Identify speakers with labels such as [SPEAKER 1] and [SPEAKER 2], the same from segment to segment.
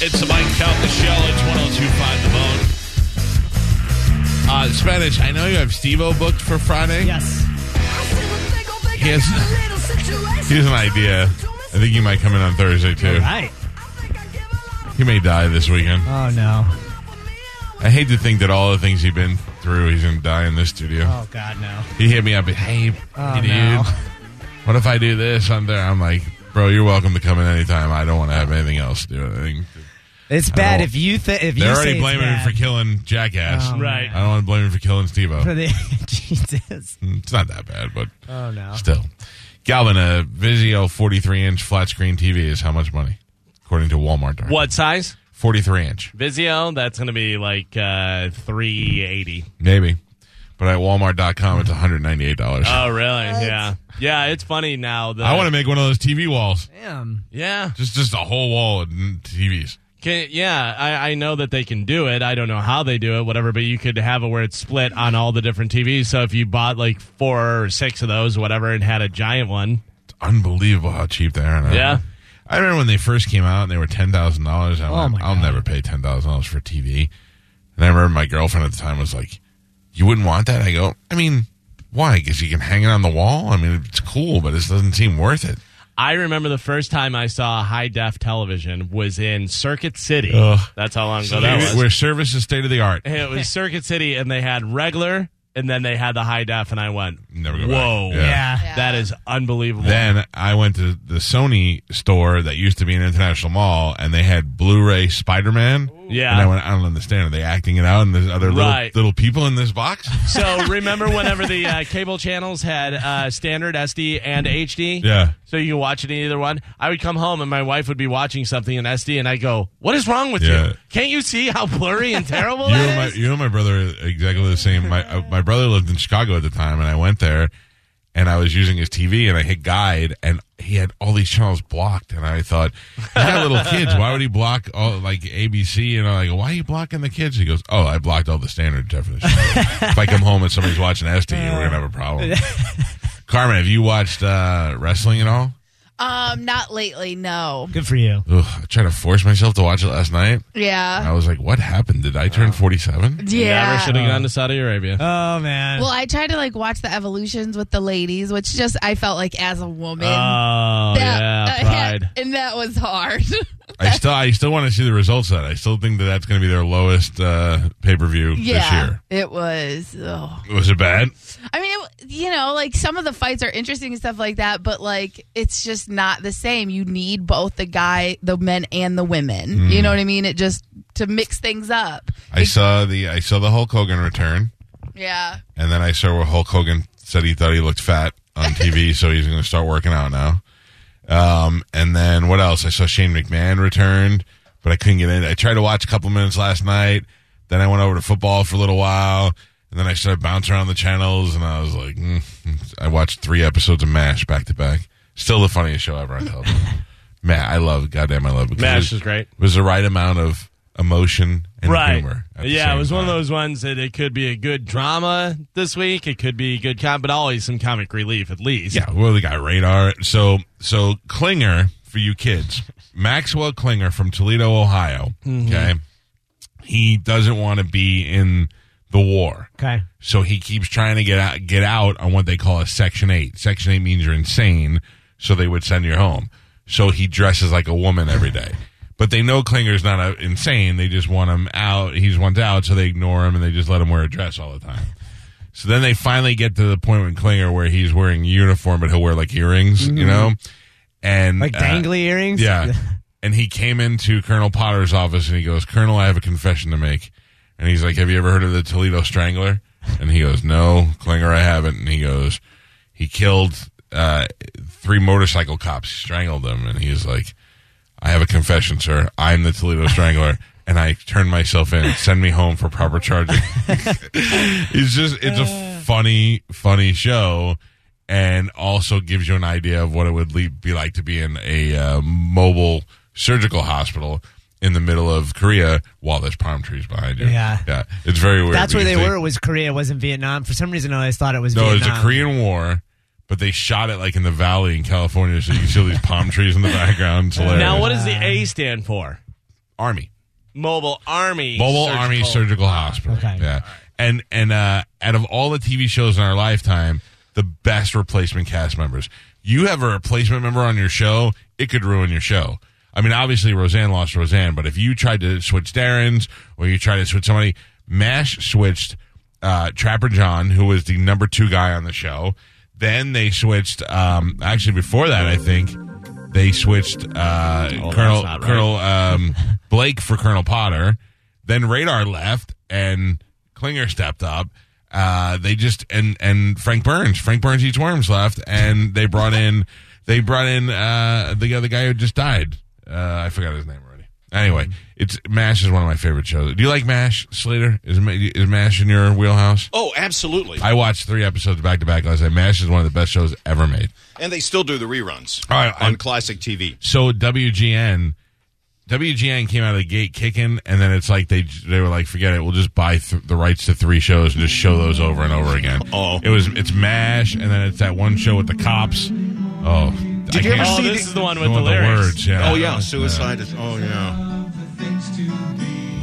[SPEAKER 1] It's the Mike Count the Shell. It's 1025 The Bone. Uh, Spanish, I know you have Steve O booked for Friday.
[SPEAKER 2] Yes.
[SPEAKER 1] He has, he has an idea. I think you might come in on Thursday, too.
[SPEAKER 2] Right.
[SPEAKER 1] He may die this weekend.
[SPEAKER 2] Oh no.
[SPEAKER 1] I hate to think that all the things he's been through, he's going to die in this studio.
[SPEAKER 2] Oh god, no.
[SPEAKER 1] He hit me up. Hey,
[SPEAKER 2] Oh,
[SPEAKER 1] hey, dude,
[SPEAKER 2] no.
[SPEAKER 1] what if I do this? I'm there. I'm like, bro, you're welcome to come in anytime. I don't want to have anything else to do. with anything.
[SPEAKER 2] It's bad
[SPEAKER 1] don't-
[SPEAKER 2] if you think if
[SPEAKER 1] They're
[SPEAKER 2] you
[SPEAKER 1] already
[SPEAKER 2] say
[SPEAKER 1] blaming him
[SPEAKER 2] it's
[SPEAKER 1] for killing Jackass.
[SPEAKER 2] Oh,
[SPEAKER 3] Right.
[SPEAKER 1] I don't want to blame him for killing Steve
[SPEAKER 2] bad. for the Jesus.
[SPEAKER 1] It's not that bad, but
[SPEAKER 2] Oh no.
[SPEAKER 1] still. Galvin, a Vizio 43 inch flat screen TV is how much money? According to Walmart.
[SPEAKER 3] What size?
[SPEAKER 1] 43 inch.
[SPEAKER 3] Vizio. That's going to be like uh, three eighty.
[SPEAKER 1] Maybe. But at walmart.com, it's $198.
[SPEAKER 3] Oh, really? Yeah. Yeah. It's funny now. That,
[SPEAKER 1] I want to make one of those TV walls.
[SPEAKER 2] Damn.
[SPEAKER 3] Yeah.
[SPEAKER 1] Just just a whole wall of mm, TVs.
[SPEAKER 3] Can, yeah, I, I know that they can do it. I don't know how they do it, whatever, but you could have it where it's split on all the different TVs. So if you bought like four or six of those, whatever, and had a giant one.
[SPEAKER 1] It's unbelievable how cheap they are. now.
[SPEAKER 3] Yeah.
[SPEAKER 1] I remember when they first came out and they were ten thousand dollars. I
[SPEAKER 3] Oh
[SPEAKER 1] went,
[SPEAKER 2] my
[SPEAKER 1] I'll never pay ten thousand dollars for TV. And I remember my girlfriend at the time was like, "You wouldn't want that." I go, "I mean, why? Because you can hang it on the wall. I mean, it's cool, but it doesn't seem worth it."
[SPEAKER 3] I remember the first time I saw high def television was in Circuit City.
[SPEAKER 1] Ugh.
[SPEAKER 3] That's how long ago that was.
[SPEAKER 1] Where service is state of the art.
[SPEAKER 3] It was Circuit City, and they had regular, and then they had the high def, and I went,
[SPEAKER 1] Never go back.
[SPEAKER 3] "Whoa,
[SPEAKER 1] Yeah.
[SPEAKER 2] Yeah.
[SPEAKER 3] that is unbelievable."
[SPEAKER 1] Then I went to the Sony store that used to be an international mall, and they had Blu-ray Spider-Man.
[SPEAKER 3] Yeah.
[SPEAKER 1] and I went, I don't understand. Are they acting it out, and there's other
[SPEAKER 3] Right.
[SPEAKER 1] little, little people in this box?
[SPEAKER 3] so remember whenever the uh, cable channels had uh, standard SD and HD?
[SPEAKER 1] Yeah.
[SPEAKER 3] So you could watch it in either one. I would come home and my wife would be watching something in SD, and I go, "What is wrong with
[SPEAKER 1] Yeah.
[SPEAKER 3] you? Can't you see how blurry and terrible
[SPEAKER 1] you
[SPEAKER 3] that
[SPEAKER 1] and my
[SPEAKER 3] is?"
[SPEAKER 1] you and my brother are exactly the same. My uh, my brother lived in Chicago at the time, and I went there, and I was using his TV, and I hit guide, and he had all these channels blocked, and I thought, he's got little kids. Why would he block all like ABC? And I'm like, why are you blocking the kids? He goes, oh, I blocked all the standard definition. if I come home and somebody's watching SD, we're gonna have a problem. Carmen, have you watched uh, wrestling at all?
[SPEAKER 4] Um, not lately, no.
[SPEAKER 2] Good for you.
[SPEAKER 1] Ugh, I tried to force myself to watch it last night.
[SPEAKER 4] Yeah.
[SPEAKER 3] Uh,
[SPEAKER 1] I was like, what happened? Did I turn 47?
[SPEAKER 3] Never
[SPEAKER 4] Yeah.
[SPEAKER 3] should have gone to Saudi
[SPEAKER 1] Uh,
[SPEAKER 3] Arabia.
[SPEAKER 2] Oh man.
[SPEAKER 4] Well, I tried to like watch the evolutions with the ladies, which just I felt like as a woman.
[SPEAKER 3] oh
[SPEAKER 4] that-
[SPEAKER 3] yeah,
[SPEAKER 4] uh,
[SPEAKER 3] pride.
[SPEAKER 4] and that was hard.
[SPEAKER 1] I still, I still want to see the results of that. I still think that that's going to be their lowest uh, pay per view this
[SPEAKER 4] yeah.
[SPEAKER 1] year.
[SPEAKER 4] It was. Oh.
[SPEAKER 1] Was it bad?
[SPEAKER 4] I mean, it, you know, like some of the fights are interesting and stuff like that, but like it's just not the same. You need both the guy, the men, and the women.
[SPEAKER 3] Mm-hmm.
[SPEAKER 4] You know what I mean? It just to mix things up.
[SPEAKER 1] I saw the, I saw the Hulk Hogan return,
[SPEAKER 4] Yeah.
[SPEAKER 1] and then I saw where Hulk Hogan said he thought he looked fat on TV, so he's going to start working out now. Um, and then what else? I saw Shane McMahon returned, but I couldn't get in. I tried to watch a couple minutes last night. Then I went over to football for a little while, and then I started bouncing around the channels, and I was like, mm. I watched three episodes of Mash back to back. Still the funniest show ever. I tell you. Man, I love, goddamn, I love it. 'Cause
[SPEAKER 3] Mash
[SPEAKER 1] it
[SPEAKER 3] is great.
[SPEAKER 1] It was the right amount of emotion and humor. at the
[SPEAKER 3] Yeah,
[SPEAKER 1] same
[SPEAKER 3] it was one of
[SPEAKER 1] time.
[SPEAKER 3] those ones that it could be a good drama this week. It could be good com, but always some comic relief at least.
[SPEAKER 1] Yeah, well, they got radar. So, so Klinger for you kids, Maxwell Klinger from Toledo, Ohio. Okay, he doesn't want to be in the war,
[SPEAKER 2] okay.
[SPEAKER 1] so he keeps trying to get out, get out on what they call a Section Eight. Section Eight means you're insane, so they would send you home. So he dresses like a woman every day. But they know Klinger's not uh insane. They just want him out. He's wants out, so they ignore him and they just let him wear a dress all the time. So then they finally get to the point with Klinger where he's wearing uniform, but he'll wear like earrings, you know, and
[SPEAKER 2] Like
[SPEAKER 1] uh,
[SPEAKER 2] dangly earrings.
[SPEAKER 1] yeah. And he came into Colonel Potter's office and he goes, Colonel, I have a confession to make. And he's like, Have you ever heard of the Toledo Strangler? And he goes, No, Klinger, I haven't. And he goes, He killed uh, three motorcycle cops strangled him, and he's like, "I have a confession, sir. I'm the Toledo Strangler." And I turned myself in. Send me home for proper charging. it's just, it's
[SPEAKER 2] Uh.
[SPEAKER 1] a funny, funny show, and also gives you an idea of what it would le- be like to be in a uh, mobile surgical hospital in the middle of Korea while there's palm trees behind you.
[SPEAKER 2] Yeah.
[SPEAKER 1] yeah, it's very weird.
[SPEAKER 2] That's where they
[SPEAKER 1] because
[SPEAKER 2] were. It was Korea. It wasn't Vietnam. For some reason, I always thought it was
[SPEAKER 1] no, it was
[SPEAKER 2] Vietnam.
[SPEAKER 1] the Korean War, but they shot it like in the valley in California, so you can see all these palm trees in the background. It's hilarious.
[SPEAKER 3] Now, what does the A stand for?
[SPEAKER 1] Army,
[SPEAKER 3] Mobile Army.
[SPEAKER 1] Mobile
[SPEAKER 3] Surgical-
[SPEAKER 1] Army Surgical Hospital.
[SPEAKER 2] okay.
[SPEAKER 1] Yeah, and and uh, out of all the TV shows in our lifetime, the best replacement cast members. You have a replacement member on your show, it could ruin your show. I mean, obviously Roseanne lost Roseanne, but if you tried to switch Darren's or you tried to switch somebody, Mash switched uh, Trapper John, who was the number two guy on the show. Then they switched. Um, actually, before that, I think they switched uh,
[SPEAKER 3] that's
[SPEAKER 1] Colonel
[SPEAKER 3] not right.
[SPEAKER 1] Colonel um, Blake for Colonel Potter. Then Radar left, and Klinger stepped up. Uh, they just and and Frank Burns, Frank Burns eats worms left, and they brought in they brought in uh, the other guy who just died. Uh, I forgot his name already. Anyway, it's Mash is one of my favorite shows. Do you like Mash, Slater? Is Ma- is Mash in your wheelhouse?
[SPEAKER 5] Oh, absolutely.
[SPEAKER 1] I watched three episodes back to back last night. Mash is one of the best shows ever made.
[SPEAKER 5] and they still do the reruns
[SPEAKER 1] All right,
[SPEAKER 5] on
[SPEAKER 1] I-
[SPEAKER 5] classic TV.
[SPEAKER 1] so WGN WGN came out of the gate kicking, and then it's like they they were like, forget it, we'll just buy th- the rights to three shows and just show those over and over again.
[SPEAKER 5] Oh.
[SPEAKER 1] it was it's Mash, and then it's that one show with the cops. Oh, did
[SPEAKER 5] you ever
[SPEAKER 3] Oh,
[SPEAKER 5] see
[SPEAKER 3] this
[SPEAKER 5] the-
[SPEAKER 3] is the one with the lyrics.
[SPEAKER 1] words? Yeah.
[SPEAKER 5] oh yeah, suicide is. Oh yeah.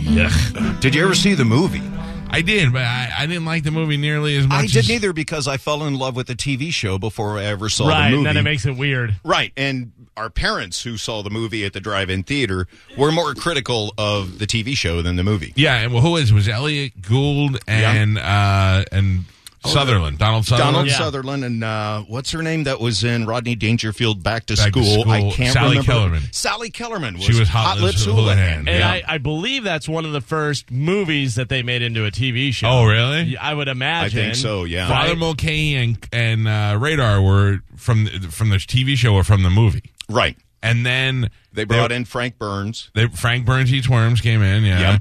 [SPEAKER 1] Yuck.
[SPEAKER 5] Did you ever see the movie?
[SPEAKER 1] I did, but I, I didn't like the movie nearly as much.
[SPEAKER 5] I didn't
[SPEAKER 1] as-
[SPEAKER 5] either because I fell in love with the TV show before I ever saw
[SPEAKER 3] Right,
[SPEAKER 5] the movie.
[SPEAKER 3] and then it makes it weird.
[SPEAKER 5] right, and our parents who saw the movie at the drive-in theater were more critical of the TV show than the movie.
[SPEAKER 1] Yeah, and well, who is it? was Elliot Gould and uh and Sutherland, Donald Sutherland.
[SPEAKER 5] Oh, Donald
[SPEAKER 3] Yeah.
[SPEAKER 5] Sutherland and uh, what's her name that was in Rodney Dangerfield Back to,
[SPEAKER 1] Back to
[SPEAKER 5] school. I
[SPEAKER 1] School.
[SPEAKER 5] can't
[SPEAKER 1] Sally
[SPEAKER 5] remember.
[SPEAKER 1] Kellerman.
[SPEAKER 5] Sally Kellerman was,
[SPEAKER 1] She was Hot Lips Houlihan.
[SPEAKER 3] And
[SPEAKER 1] Yeah.
[SPEAKER 3] I, I believe that's one of the first movies that they made into a TV show.
[SPEAKER 1] Oh, really?
[SPEAKER 3] Y- I would imagine.
[SPEAKER 5] so, yeah.
[SPEAKER 1] Father
[SPEAKER 3] Right?
[SPEAKER 1] Mulcahy and and uh, Radar were from the, from the TV show or from the movie,
[SPEAKER 5] Right.
[SPEAKER 1] and then
[SPEAKER 5] They brought in Frank Burns.
[SPEAKER 1] they, Frank Burns eats worms came in. Yeah,
[SPEAKER 5] Yeah.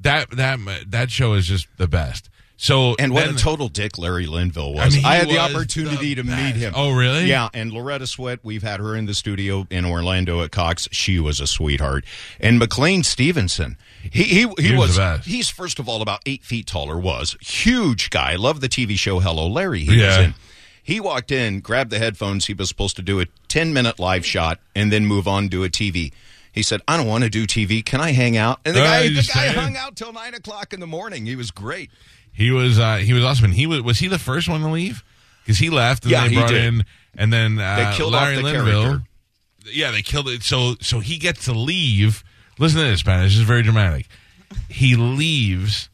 [SPEAKER 1] that that that show is just the best. So
[SPEAKER 5] And what
[SPEAKER 1] then-
[SPEAKER 5] a total dick Larry Linville was.
[SPEAKER 1] I
[SPEAKER 5] I,
[SPEAKER 1] mean, he
[SPEAKER 5] had
[SPEAKER 1] was
[SPEAKER 5] the opportunity
[SPEAKER 1] the
[SPEAKER 5] to meet
[SPEAKER 1] best.
[SPEAKER 5] him.
[SPEAKER 1] Oh, really?
[SPEAKER 5] Yeah, and Loretta Sweat, we've had her in the studio in Orlando at Cox. She was a sweetheart. And McLean Stevenson. He he, he,
[SPEAKER 1] He was
[SPEAKER 5] was,
[SPEAKER 1] the best.
[SPEAKER 5] he's first of all about eight feet taller, was huge guy. Love the TV show Hello Larry he
[SPEAKER 1] Yeah.
[SPEAKER 5] was in. He walked in, grabbed the headphones, he was supposed to do a ten minute live shot and then move on to a TV. He said, I don't want to do TV. Can I hang out? And the
[SPEAKER 1] Oh,
[SPEAKER 5] guy,
[SPEAKER 1] he
[SPEAKER 5] the
[SPEAKER 1] just
[SPEAKER 5] guy
[SPEAKER 1] stayed.
[SPEAKER 5] hung out till nine o'clock in the morning. He was great.
[SPEAKER 1] he was uh, he was awesome. And he was was he the first one to leave because he left and
[SPEAKER 5] Yeah,
[SPEAKER 1] they
[SPEAKER 5] he
[SPEAKER 1] brought
[SPEAKER 5] did.
[SPEAKER 1] in and then uh,
[SPEAKER 5] They killed off
[SPEAKER 1] Larry
[SPEAKER 5] the
[SPEAKER 1] Linville.
[SPEAKER 5] character.
[SPEAKER 1] Yeah, they killed it. So so he gets to leave. Listen to this, man. This is very dramatic. He leaves,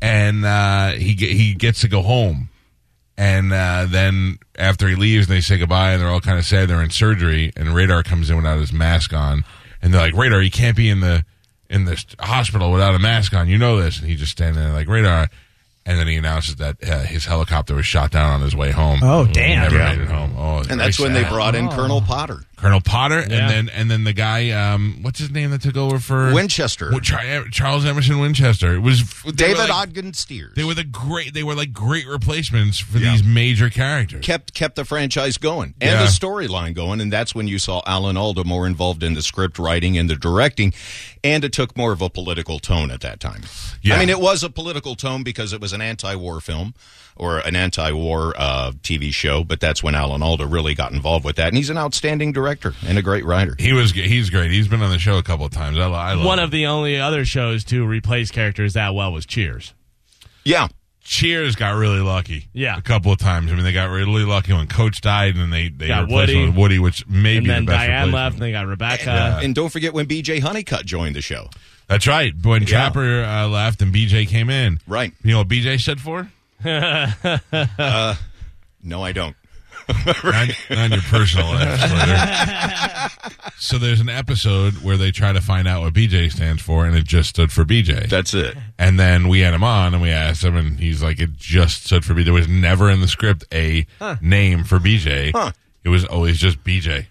[SPEAKER 1] and uh, he ge- he gets to go home. And uh, then after he leaves, they say goodbye, and they're all kind of sad. They're in surgery, and Radar comes in without his mask on, and they're like, "Radar, you can't be in the in this hospital without a mask on. You know this." And he just standing there like, "Radar," and then he announces that uh, his helicopter was shot down on his way home.
[SPEAKER 2] Oh,
[SPEAKER 1] He
[SPEAKER 2] damn.
[SPEAKER 1] Never
[SPEAKER 5] Yeah.
[SPEAKER 1] made it home. Oh,
[SPEAKER 5] And that's when they brought in Colonel Potter.
[SPEAKER 1] Colonel Potter, and
[SPEAKER 3] Yeah.
[SPEAKER 1] then and then the guy, um, what's his name that took over for
[SPEAKER 5] Winchester.
[SPEAKER 1] Well, Chi- Charles Emerson Winchester. It was they were
[SPEAKER 5] David
[SPEAKER 1] like-
[SPEAKER 5] Ogden Steers.
[SPEAKER 1] They were the great. They were like great replacements for these major characters.
[SPEAKER 5] kept kept the franchise going and
[SPEAKER 1] Yeah.
[SPEAKER 5] the storyline going, and that's when you saw Alan Alda more involved in the script writing and the directing, and it took more of a political tone at that time.
[SPEAKER 1] Yeah.
[SPEAKER 5] I mean, it was a political tone because it was an anti-war film or an anti-war uh, TV show, but that's when Alan Alda really got involved with that, and he's an outstanding director and a great writer.
[SPEAKER 1] He was. g- He's great. He's been on the show a couple of times. I, lo- I love
[SPEAKER 3] One
[SPEAKER 1] him.
[SPEAKER 3] of the only other shows to replace characters that well was Cheers.
[SPEAKER 5] Yeah,
[SPEAKER 1] Cheers got really lucky.
[SPEAKER 3] Yeah.
[SPEAKER 1] a couple of times. I mean, they got really lucky when Coach died, and then they they
[SPEAKER 3] Got
[SPEAKER 1] replaced him
[SPEAKER 3] Woody.
[SPEAKER 1] with Woody, which may
[SPEAKER 3] And
[SPEAKER 1] be
[SPEAKER 3] then
[SPEAKER 1] the best
[SPEAKER 3] Diane
[SPEAKER 1] replacement.
[SPEAKER 3] left, and they got Rebecca.
[SPEAKER 5] and don't forget when B.J. Honeycutt joined the show.
[SPEAKER 1] That's right. When Trapper uh, left and BJ came in,
[SPEAKER 5] Right.
[SPEAKER 1] You know what BJ stood for?
[SPEAKER 5] No, I don't.
[SPEAKER 1] on, on your personal life, Slater. so there's an episode where they try to find out what BJ stands for, and it just stood for BJ.
[SPEAKER 5] That's it.
[SPEAKER 1] and then we had him on, and we asked him, and he's like, "It just stood for BJ. There was never in the script a name for BJ." It was always just BJ.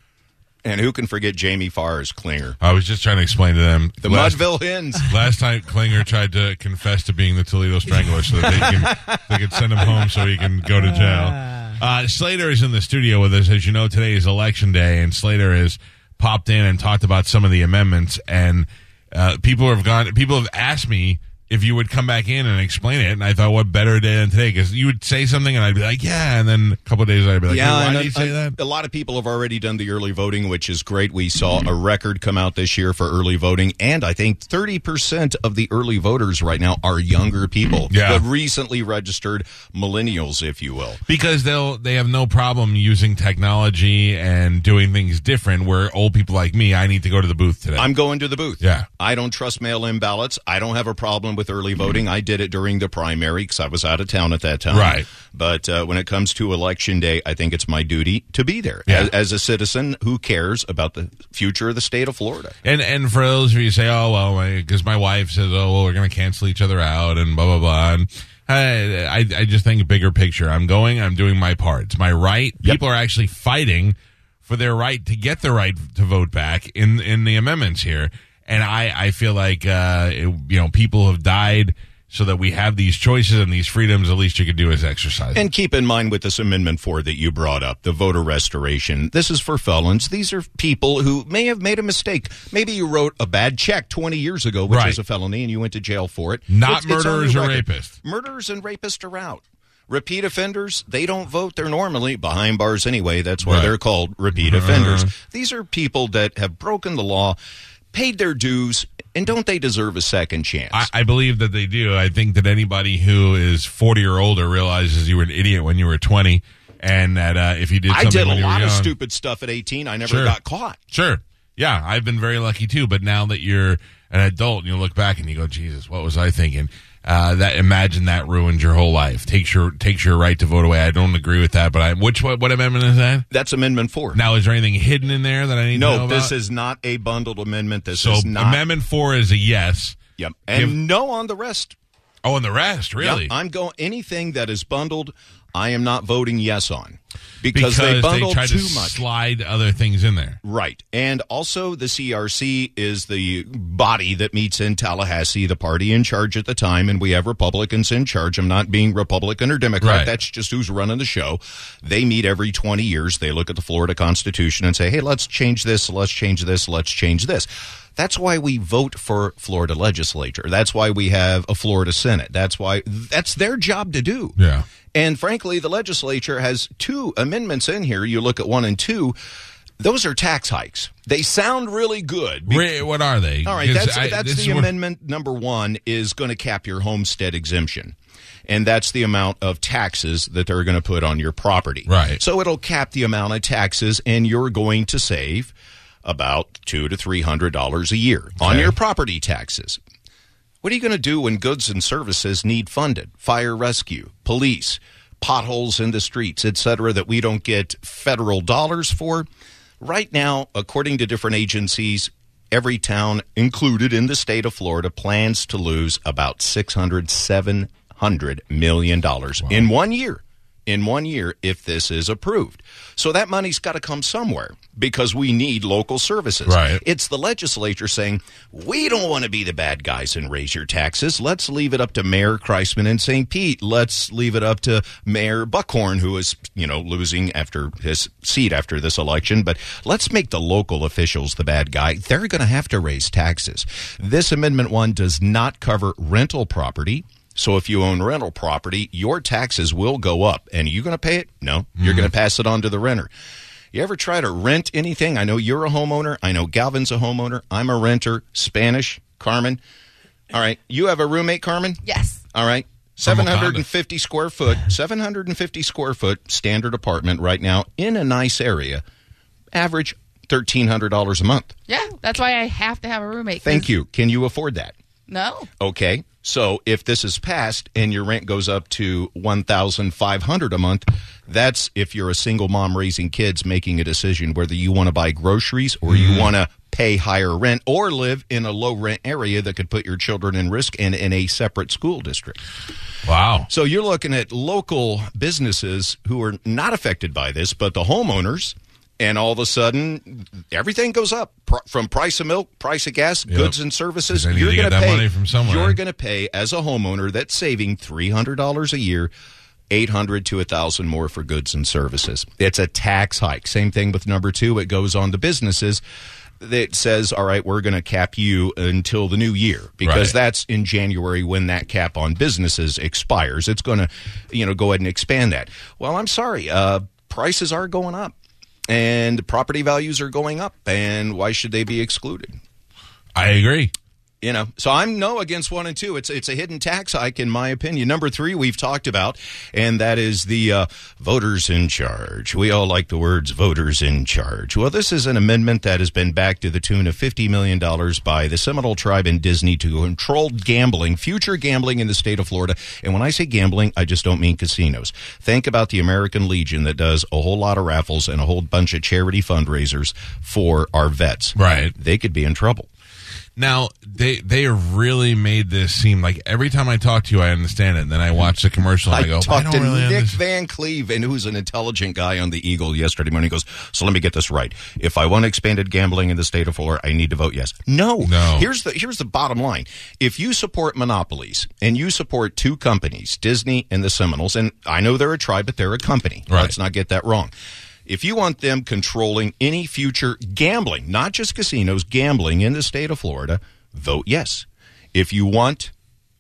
[SPEAKER 5] And who can forget Jamie Farr as Klinger?
[SPEAKER 1] I was just trying to explain to them
[SPEAKER 5] The
[SPEAKER 1] last-
[SPEAKER 5] Mudville Hens.
[SPEAKER 1] Last time, Klinger tried to confess to being the Toledo Strangler so that they can they could send him home so he can go to jail. Uh, Slater is in the studio with us. As you know, today is election day, and Slater has popped in and talked about some of the amendments. And uh, people have gone. People have asked me if you would come back in and explain it. And I thought, what better day than today? Because you would say something, and I'd be like, yeah. And then a couple of days later, I'd be like, yeah, why
[SPEAKER 5] and
[SPEAKER 1] did
[SPEAKER 5] a-
[SPEAKER 1] you say
[SPEAKER 5] a,
[SPEAKER 1] that?
[SPEAKER 5] a lot of people have already done the early voting, which is great. We saw a record come out this year for early voting, and I think 30% of the early voters right now are younger people.
[SPEAKER 1] Yeah.
[SPEAKER 5] The recently registered millennials, if you will.
[SPEAKER 1] because they'll they have no problem using technology and doing things different where old people like me i need to go to the booth today
[SPEAKER 5] I'm going to the booth.
[SPEAKER 1] Yeah. Mm-hmm.
[SPEAKER 5] I don't trust mail in ballots. I don't have a problem with early voting. I did it during the primary because I was out of town at that time.
[SPEAKER 1] Right.
[SPEAKER 5] But uh, when it comes to election day, I think it's my duty to be there.
[SPEAKER 1] Yeah.
[SPEAKER 5] As, as a citizen who cares about the future of the state of Florida.
[SPEAKER 1] and and for those of you who say oh well because my wife says oh well we're gonna cancel each other out and blah blah blah and I, I, I just think bigger picture. I'm going. I'm doing my part. It's my right. People are actually fighting for their right to get the right to vote back in in the amendments here, and I I feel like uh it- you know people have died so that we have these choices and these freedoms. The least you could do is exercise. them.
[SPEAKER 5] And keep in mind with this Amendment 4 that you brought up, the voter restoration, this is for felons. These are people who may have made a mistake. Maybe you wrote a bad check 20 years ago, which
[SPEAKER 1] Right.
[SPEAKER 5] is a felony, and you went to jail for it.
[SPEAKER 1] Not
[SPEAKER 5] on your
[SPEAKER 1] murderers or
[SPEAKER 5] record.
[SPEAKER 1] rapists.
[SPEAKER 5] Murderers and rapists are out. Repeat offenders, they don't vote. They're normally behind bars anyway. That's why
[SPEAKER 1] Right. Uh-huh.
[SPEAKER 5] they're called repeat offenders. These are people that have broken the law, paid their dues, and don't they deserve a second chance?
[SPEAKER 1] I, I believe that they do. I think that anybody who is 40 or older realizes you were an idiot when you were 20 and that uh, if you did
[SPEAKER 5] I
[SPEAKER 1] something
[SPEAKER 5] did
[SPEAKER 1] when
[SPEAKER 5] a
[SPEAKER 1] you were
[SPEAKER 5] lot of
[SPEAKER 1] young-
[SPEAKER 5] stupid stuff at 18. I never
[SPEAKER 1] Sure.
[SPEAKER 5] got caught.
[SPEAKER 1] Sure. Yeah, I've been very lucky too, but now that you're an adult and you look back and you go, "Jesus, what was I thinking?" Uh, that imagine that ruins your whole life. Takes your takes your right to vote away. I don't agree with that, but I which what, what amendment is that?
[SPEAKER 5] That's Amendment 4.
[SPEAKER 1] Now is there anything hidden in there that I need to know
[SPEAKER 5] No, this
[SPEAKER 1] about?
[SPEAKER 5] is not a bundled amendment. This
[SPEAKER 1] so
[SPEAKER 5] is not.
[SPEAKER 1] amendment 4 is a yes.
[SPEAKER 5] Yep. And
[SPEAKER 1] Give-
[SPEAKER 5] no on the rest.
[SPEAKER 1] Oh, and the rest,
[SPEAKER 5] Yep.
[SPEAKER 1] really?
[SPEAKER 5] I'm going anything that is bundled. I am not voting yes on because, they bundle
[SPEAKER 1] try
[SPEAKER 5] too
[SPEAKER 1] to
[SPEAKER 5] much.
[SPEAKER 1] slide other things in there.
[SPEAKER 5] Right. And also, the CRC is the body that meets in Tallahassee, the party in charge at the time, and we have Republicans in charge. I'm not being Republican or Democrat.
[SPEAKER 1] Right.
[SPEAKER 5] That's just who's running the show. They meet every 20 years. They look at the Florida Constitution and say, hey, let's change this, let's change this, let's change this. That's why we vote for Florida legislature. That's why we have a Florida Senate. That's why that's their job to do.
[SPEAKER 1] Yeah.
[SPEAKER 5] And frankly, the legislature has two amendments in here. You look at one and two, those are tax hikes. They sound really good. Be-
[SPEAKER 1] Re- what are they?
[SPEAKER 5] All right,
[SPEAKER 1] Because
[SPEAKER 5] that's,
[SPEAKER 1] I-
[SPEAKER 5] that's
[SPEAKER 1] this is
[SPEAKER 5] the
[SPEAKER 1] what-
[SPEAKER 5] amendment number one is going to cap your homestead exemption. And that's the amount of taxes that they're going to put on your property.
[SPEAKER 1] Right.
[SPEAKER 5] So it'll cap the amount of taxes, and you're going to save about two to three hundred dollars a year on
[SPEAKER 1] Okay.
[SPEAKER 5] your property taxes. What are you going to do when goods and services need funded? Fire rescue, police, potholes in the streets, etc., that we don't get federal dollars for? Right now, according to different agencies, every town included in the state of Florida plans to lose about 600 700 million dollars in one year. In one year, if this is approved. So that money's got to come somewhere because we need local services.
[SPEAKER 1] Right.
[SPEAKER 5] It's the legislature saying, we don't want to be the bad guys and raise your taxes. Let's leave it up to Mayor Kreisman and St. Pete. Let's leave it up to Mayor Buckhorn, who is, you know, losing after his seat after this election. But let's make the local officials the bad guy. They're going to have to raise taxes. This Amendment 1 does not cover rental property. So if you own rental property, your taxes will go up. And are you going to pay it? No. You're going to pass it on to the renter. You ever try to rent anything? I know you're a homeowner. I know Galvin's a homeowner. I'm a renter. Spanish, Carmen. All right. You have a roommate, Carmen?
[SPEAKER 4] Yes.
[SPEAKER 5] All right.
[SPEAKER 1] From Wakanda.
[SPEAKER 5] 750 square foot, 750 square foot standard apartment right now in a nice area. Average $1,300 a month.
[SPEAKER 4] Yeah. That's why I have to have a roommate. 'cause-
[SPEAKER 5] Thank you. Can you afford that?
[SPEAKER 4] No.
[SPEAKER 5] Okay. So if this is passed and your rent goes up to 1500 a month,
[SPEAKER 1] Mm-hmm.
[SPEAKER 5] that's if you're a single mom raising kids making a decision whether you want to buy groceries or you want to pay higher rent or live in a low rent area that could put your children in risk and in a separate school district.
[SPEAKER 1] Wow.
[SPEAKER 5] So you're looking at local businesses who are not affected by this, but the homeowners. And all of a sudden, everything goes up Pr- from price of milk, price of gas, goods and services.
[SPEAKER 1] 'Cause they need to
[SPEAKER 5] gonna
[SPEAKER 1] get that money from somewhere.
[SPEAKER 5] You're going to pay as a homeowner that's saving three hundred dollars a year, eight hundred to a thousand more for goods and services. It's a tax hike. Same thing with number two. It goes on to businesses that says, "All right, we're going to cap you until the new year because
[SPEAKER 1] Right.
[SPEAKER 5] that's in January when that cap on businesses expires. It's going to, you know, go ahead and expand that." Well, I'm sorry, uh, prices are going up. And property values are going up, and why should they be excluded?
[SPEAKER 1] I agree.
[SPEAKER 5] you know so i'm no against one and two it's it's a hidden tax hike in my opinion number three we've talked about and that is the uh, voters in charge we all like the words voters in charge well this is an amendment that has been backed to the tune of $50 million by the seminole tribe and disney to control gambling future gambling in the state of florida and when i say gambling i just don't mean casinos think about the american legion that does a whole lot of raffles and a whole bunch of charity fundraisers for our vets
[SPEAKER 1] Right.
[SPEAKER 5] they could be in trouble
[SPEAKER 1] Now they they really made this seem like every time I talk to you, I understand it. And then I watch the commercial. and I,
[SPEAKER 5] I
[SPEAKER 1] go, I
[SPEAKER 5] talked
[SPEAKER 1] don't
[SPEAKER 5] to
[SPEAKER 1] really
[SPEAKER 5] Nick
[SPEAKER 1] understand.
[SPEAKER 5] Van Cleve, and who's an intelligent guy on the Eagle yesterday morning. He goes, "So let me get this right. If I want expanded gambling in the state of Florida, I need to vote yes." No,
[SPEAKER 1] No.
[SPEAKER 5] Here's the here's the bottom line. If you support monopolies and you support two companies, Disney and the Seminoles, and I know they're a tribe, but they're a company.
[SPEAKER 1] Right.
[SPEAKER 5] Let's not get that wrong. If you want them controlling any future gambling, not just casinos, gambling in the state of Florida, vote yes. If you want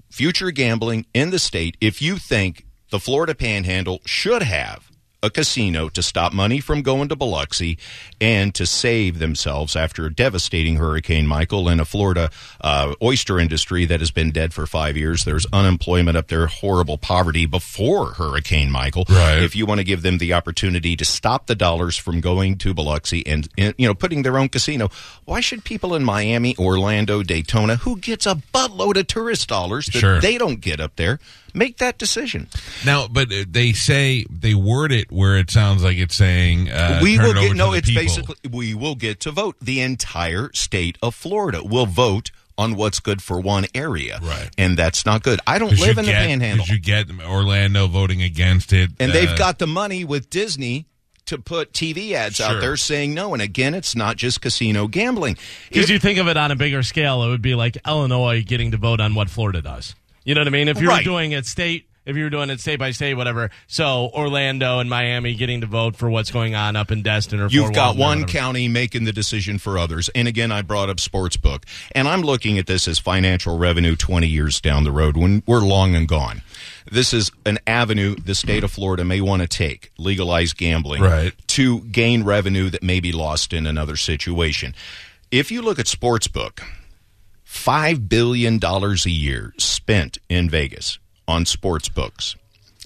[SPEAKER 5] future gambling in the state if you think the Florida Panhandle should have a casino to stop money from going to Biloxi and to save themselves after a devastating Hurricane Michael and a Florida uh, oyster industry that has been dead for five years. There's unemployment up there, horrible poverty before Hurricane Michael.
[SPEAKER 1] Right.
[SPEAKER 5] If you want to give them the opportunity to stop the dollars from going to Biloxi and, and you know putting their own casino, why should people in Miami, Orlando, Daytona, who gets a buttload of tourist dollars that
[SPEAKER 1] Sure.
[SPEAKER 5] they don't get up there, make that decision?
[SPEAKER 1] Now, but uh, they say they word it where it sounds like it's saying uh,
[SPEAKER 5] we
[SPEAKER 1] turn
[SPEAKER 5] will
[SPEAKER 1] it over
[SPEAKER 5] get
[SPEAKER 1] to
[SPEAKER 5] no.
[SPEAKER 1] the
[SPEAKER 5] It's
[SPEAKER 1] people.
[SPEAKER 5] basically we will get to vote. The entire state of Florida will vote on what's good for one area,
[SPEAKER 1] Right.
[SPEAKER 5] And that's not good. I don't
[SPEAKER 1] 'Cause you
[SPEAKER 5] live in
[SPEAKER 1] get-
[SPEAKER 5] the Panhandle.
[SPEAKER 1] 'cause You get Orlando voting against it,
[SPEAKER 5] and
[SPEAKER 1] uh,
[SPEAKER 5] they've got the money with Disney to put TV ads
[SPEAKER 1] Sure.
[SPEAKER 5] out there saying no. And again, it's not just casino gambling.
[SPEAKER 3] Because you think of it on a bigger scale, it would be like Illinois getting to vote on what Florida does. You know what I mean? If you
[SPEAKER 5] Right.
[SPEAKER 3] were doing it state, if you were doing it state by state, whatever. So Orlando and Miami getting to vote for what's going on up in Destin or
[SPEAKER 5] You've
[SPEAKER 3] Fort
[SPEAKER 5] got
[SPEAKER 3] Walton or
[SPEAKER 5] one
[SPEAKER 3] whatever.
[SPEAKER 5] county making the decision for others. And again, I brought up sportsbook, and I'm looking at this as financial revenue 20 years down the road when we're long and gone. This is an avenue the state of Florida may want to take, legalize gambling,
[SPEAKER 1] Right.
[SPEAKER 5] to gain revenue that may be lost in another situation. If you look at sportsbook, $5 billion a year spent in Vegas on sports books.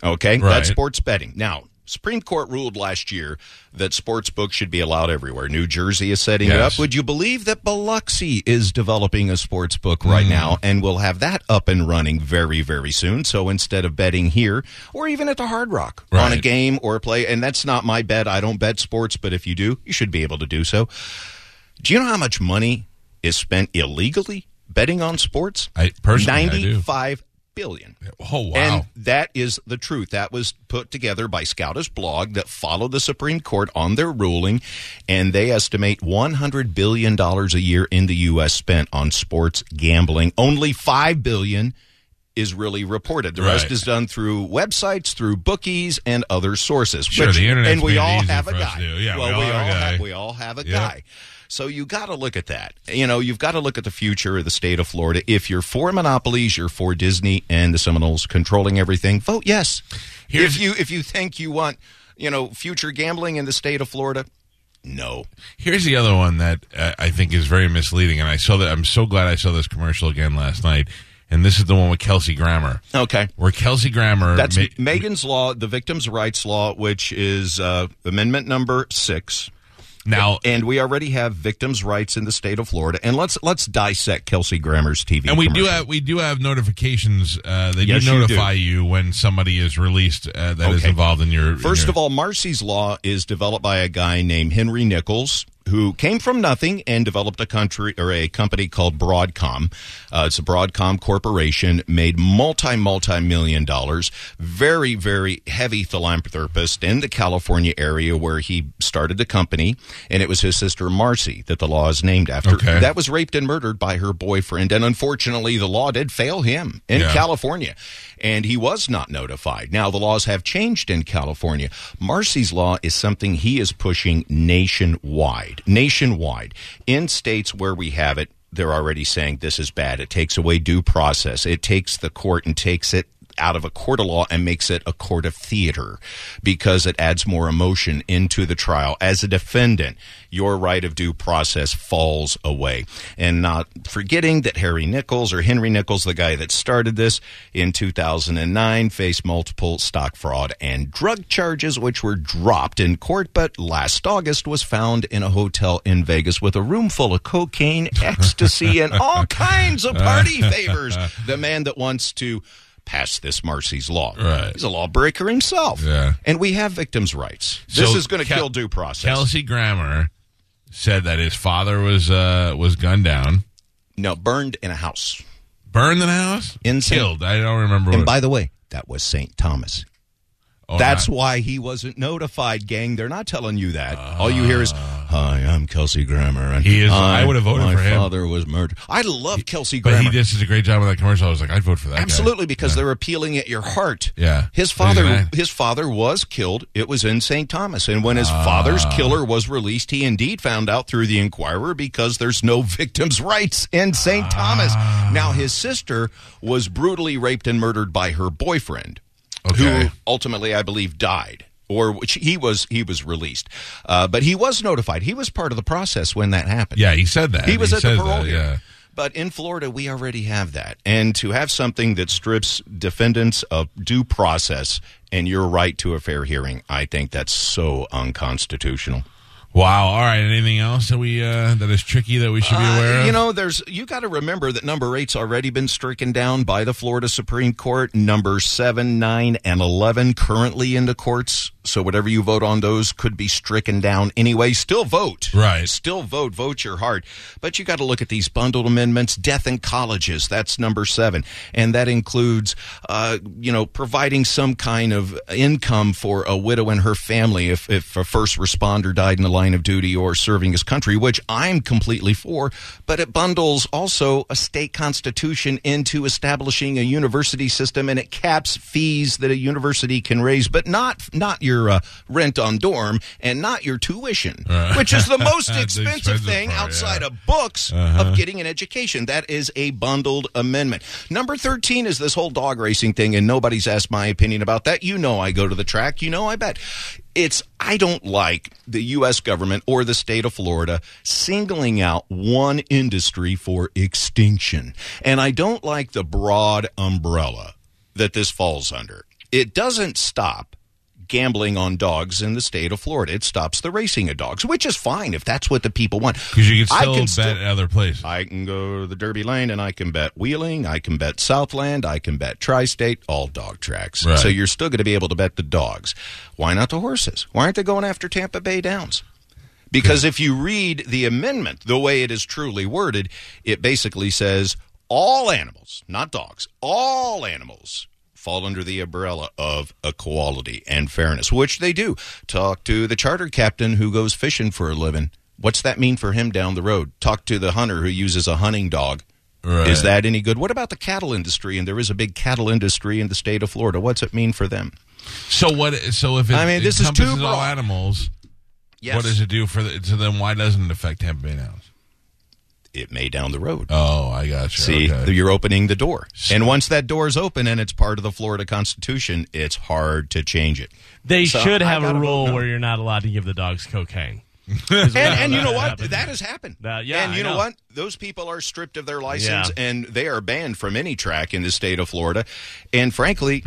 [SPEAKER 5] Okay?
[SPEAKER 1] Right.
[SPEAKER 5] That's sports betting. Now, Supreme Court ruled last year that sports books should be allowed everywhere. New Jersey is setting it
[SPEAKER 1] Yes.
[SPEAKER 5] up. Would you believe that Biloxi is developing a sports book right
[SPEAKER 1] Mm.
[SPEAKER 5] now and will have that up and running very, very soon? So instead of betting here or even at the Hard Rock on a
[SPEAKER 1] Right.
[SPEAKER 5] game or a play, and that's not my bet. I don't bet sports, but if you do, you should be able to do so. Do you know how much money is spent illegally betting on sports?
[SPEAKER 1] I- personally, I do.
[SPEAKER 5] ninety-five billion.
[SPEAKER 1] Oh wow!
[SPEAKER 5] And that is the truth. That was put together by Scoutus blog that followed the Supreme Court on their ruling, and they estimate one hundred billion dollars a year in the U.S. spent on sports gambling. Only five billion is really reported. The rest
[SPEAKER 1] Right.
[SPEAKER 5] is done through websites, through bookies, and other sources.
[SPEAKER 1] Sure, the internet's
[SPEAKER 5] and we
[SPEAKER 1] made it
[SPEAKER 5] all
[SPEAKER 1] easy
[SPEAKER 5] have a
[SPEAKER 1] for us
[SPEAKER 5] guy.
[SPEAKER 1] to do. Yeah,
[SPEAKER 5] well,
[SPEAKER 1] we all have a
[SPEAKER 5] have
[SPEAKER 1] guy.
[SPEAKER 5] we all have a
[SPEAKER 1] Yep.
[SPEAKER 5] guy. So you got to look at that. You know, you've got to look at the future of the state of Florida. If you're for monopolies, you're for Disney and the Seminoles controlling everything. Vote yes.
[SPEAKER 1] Here's-
[SPEAKER 5] if you if you think you want, you know, future gambling in the state of Florida, no.
[SPEAKER 1] Here's the other one that uh, I think is very misleading, and I saw that. I'm so glad I saw this commercial again last night. And this is the one with Kelsey Grammer,
[SPEAKER 5] Okay.
[SPEAKER 1] where Kelsey Grammer
[SPEAKER 5] That's
[SPEAKER 1] ma-
[SPEAKER 5] Megan's law, the victims' rights law, which is uh, amendment number six.
[SPEAKER 1] now,
[SPEAKER 5] and we already have victims' rights in the state of Florida. And let's let's dissect Kelsey Grammer's TV.
[SPEAKER 1] and we do
[SPEAKER 5] commercial.
[SPEAKER 1] have we do have notifications. Uh, they
[SPEAKER 5] Yes, you
[SPEAKER 1] do
[SPEAKER 5] do.
[SPEAKER 1] notify you, when somebody is released uh, that is
[SPEAKER 5] Okay.
[SPEAKER 1] involved in your.
[SPEAKER 5] First of all, Marcy's Law is developed by a guy named Henry Nichols, who came from nothing and developed a country or a company called Broadcom. Uh, it's a Broadcom corporation, made multi multi million dollars. Very very heavy philanthropist in the California area where he started the company, and it was his sister Marcy that the law is named after.
[SPEAKER 1] Okay.
[SPEAKER 5] That was raped and murdered by her boyfriend, and unfortunately, the law did fail him in
[SPEAKER 1] Yeah.
[SPEAKER 5] California, and he was not notified. Now, the laws have changed in California. Marcy's law is something he is pushing nationwide. Nationwide. In states where we have it, they're already saying this is bad. It takes away due process, it takes the court and takes it out of a court of law and makes it a court of theater because it adds more emotion into the trial. As a defendant, your right of due process falls away. And not forgetting that Harry Nichols or Henry Nichols, the guy that started this in 2009, faced multiple stock fraud and drug charges, which were dropped in court, but last August was found in a hotel in Vegas with a room full of cocaine, ecstasy, and all kinds of party favors. The man that wants to pass this Marcy's law.
[SPEAKER 1] Right.
[SPEAKER 5] He's a lawbreaker himself.
[SPEAKER 1] Yeah.
[SPEAKER 5] And we have victims' rights. This
[SPEAKER 1] So
[SPEAKER 5] is going to
[SPEAKER 1] Kel-
[SPEAKER 5] kill due process.
[SPEAKER 1] Kelsey Grammer said that his father was uh, was gunned down,
[SPEAKER 5] no, burned in a house.
[SPEAKER 1] burned in the house,
[SPEAKER 5] Insane.
[SPEAKER 1] killed. I don't remember.
[SPEAKER 5] And
[SPEAKER 1] what,
[SPEAKER 5] by the way, that was St. Thomas.
[SPEAKER 1] oh,
[SPEAKER 5] That's
[SPEAKER 1] not-
[SPEAKER 5] why he wasn't notified, gang. They're not telling you that. All you hear is, "Hi, I'm Kelsey Grammer." And
[SPEAKER 1] Ah. He is- I would've voted
[SPEAKER 5] my
[SPEAKER 1] for him."
[SPEAKER 5] father was murdered. I love Kelsey
[SPEAKER 1] but
[SPEAKER 5] Grammer.
[SPEAKER 1] he just did a great job with that commercial. I was like, I'd vote for that. guy.
[SPEAKER 5] Absolutely, because they're appealing at your heart.
[SPEAKER 1] Yeah.
[SPEAKER 5] His
[SPEAKER 1] What do you
[SPEAKER 5] father
[SPEAKER 1] think?
[SPEAKER 5] his father was killed. It was in St. Thomas. And when his
[SPEAKER 1] Ah.
[SPEAKER 5] father's killer was released, he indeed found out through the inquirer because there's no victims' rights in St.
[SPEAKER 1] Ah.
[SPEAKER 5] Thomas. Now his sister was brutally raped and murdered by her boyfriend, who
[SPEAKER 1] Okay.
[SPEAKER 5] ultimately I believe died. Or which he was he was released, uh, but he was notified. He was part of the process when that happened.
[SPEAKER 1] Yeah, he said that.
[SPEAKER 5] He was at the
[SPEAKER 1] says
[SPEAKER 5] parole
[SPEAKER 1] that,
[SPEAKER 5] hearing.
[SPEAKER 1] Yeah.
[SPEAKER 5] But in Florida, we already have that. And to have something that strips defendants of due process and your right to a fair hearing, I think that's so unconstitutional.
[SPEAKER 1] Wow. All right. Anything else that we uh, that is tricky that we should be aware
[SPEAKER 5] Uh,
[SPEAKER 1] of?
[SPEAKER 5] you know, there's you got to remember that number eight's already been stricken down by the Florida Supreme Court. Number seven, nine, and eleven currently in the courts. So whatever you vote on, those could be stricken down anyway. Still vote,
[SPEAKER 1] Right.
[SPEAKER 5] Still vote. Vote your heart. But you got to look at these bundled amendments. Death in colleges. That's number seven, and that includes, uh, you know, providing some kind of income for a widow and her family if if a first responder died in the line of duty or serving his country, which I'm completely for. But it bundles also a state constitution into establishing a university system, and it caps fees that a university can raise, but not not your uh, rent on dorm and not your tuition, which is the most
[SPEAKER 1] Uh, The
[SPEAKER 5] expensive,
[SPEAKER 1] expensive
[SPEAKER 5] thing
[SPEAKER 1] part,
[SPEAKER 5] outside
[SPEAKER 1] yeah.
[SPEAKER 5] of books of getting an education. That is a bundled amendment. Number 13 is this whole dog racing thing, and nobody's asked my opinion about that. You know, I go to the track. You know, I bet. It's, I don't like the U.S. government or the state of Florida singling out one industry for extinction. And I don't like the broad umbrella that this falls under. It doesn't stop gambling on dogs in the state of Florida. It stops the racing of dogs, which is fine if that's what the people want.
[SPEAKER 1] Because you can still
[SPEAKER 5] I
[SPEAKER 1] bet at other places.
[SPEAKER 5] I can go to the Derby Lane and I can bet Wheeling, I can bet Southland, I can bet Tri-State, all dog tracks.
[SPEAKER 1] Right.
[SPEAKER 5] So you're still going to be able to bet the dogs. Why not the horses? Why aren't they going after Tampa Bay Downs? Because if you read the amendment the way it is truly worded, it basically says all animals, not dogs, all animals fall under the umbrella of equality and fairness, which they do. Talk to the charter captain who goes fishing for a living. What's that mean for him down the road? Talk to the hunter who uses a hunting dog.
[SPEAKER 1] Right.
[SPEAKER 5] Is that any good? What about the cattle industry? And there is a big cattle industry in the state of Florida. What's it mean for them?
[SPEAKER 1] So what? So if it
[SPEAKER 5] I mean, this is too
[SPEAKER 1] encompasses all
[SPEAKER 5] broad.
[SPEAKER 1] animals, what does it do for the, to them? Why doesn't it affect Tampa Bay now?
[SPEAKER 5] It may down the road.
[SPEAKER 1] Oh, I got you.
[SPEAKER 5] See,
[SPEAKER 1] Okay.
[SPEAKER 5] th- you're opening the door. And once that door is open and it's part of the Florida Constitution, it's hard to change it.
[SPEAKER 3] They
[SPEAKER 5] So,
[SPEAKER 3] should
[SPEAKER 5] I
[SPEAKER 3] have a
[SPEAKER 5] gotta vote
[SPEAKER 3] rule
[SPEAKER 5] no.
[SPEAKER 3] where you're not allowed to give the dogs cocaine.
[SPEAKER 5] And, and you know what? That has happened.
[SPEAKER 3] That- yeah,
[SPEAKER 5] and
[SPEAKER 3] I
[SPEAKER 5] you know,
[SPEAKER 3] know.
[SPEAKER 5] what? Those people are stripped of their license
[SPEAKER 3] Yeah.
[SPEAKER 5] and they are banned from any track in the state of Florida. And frankly,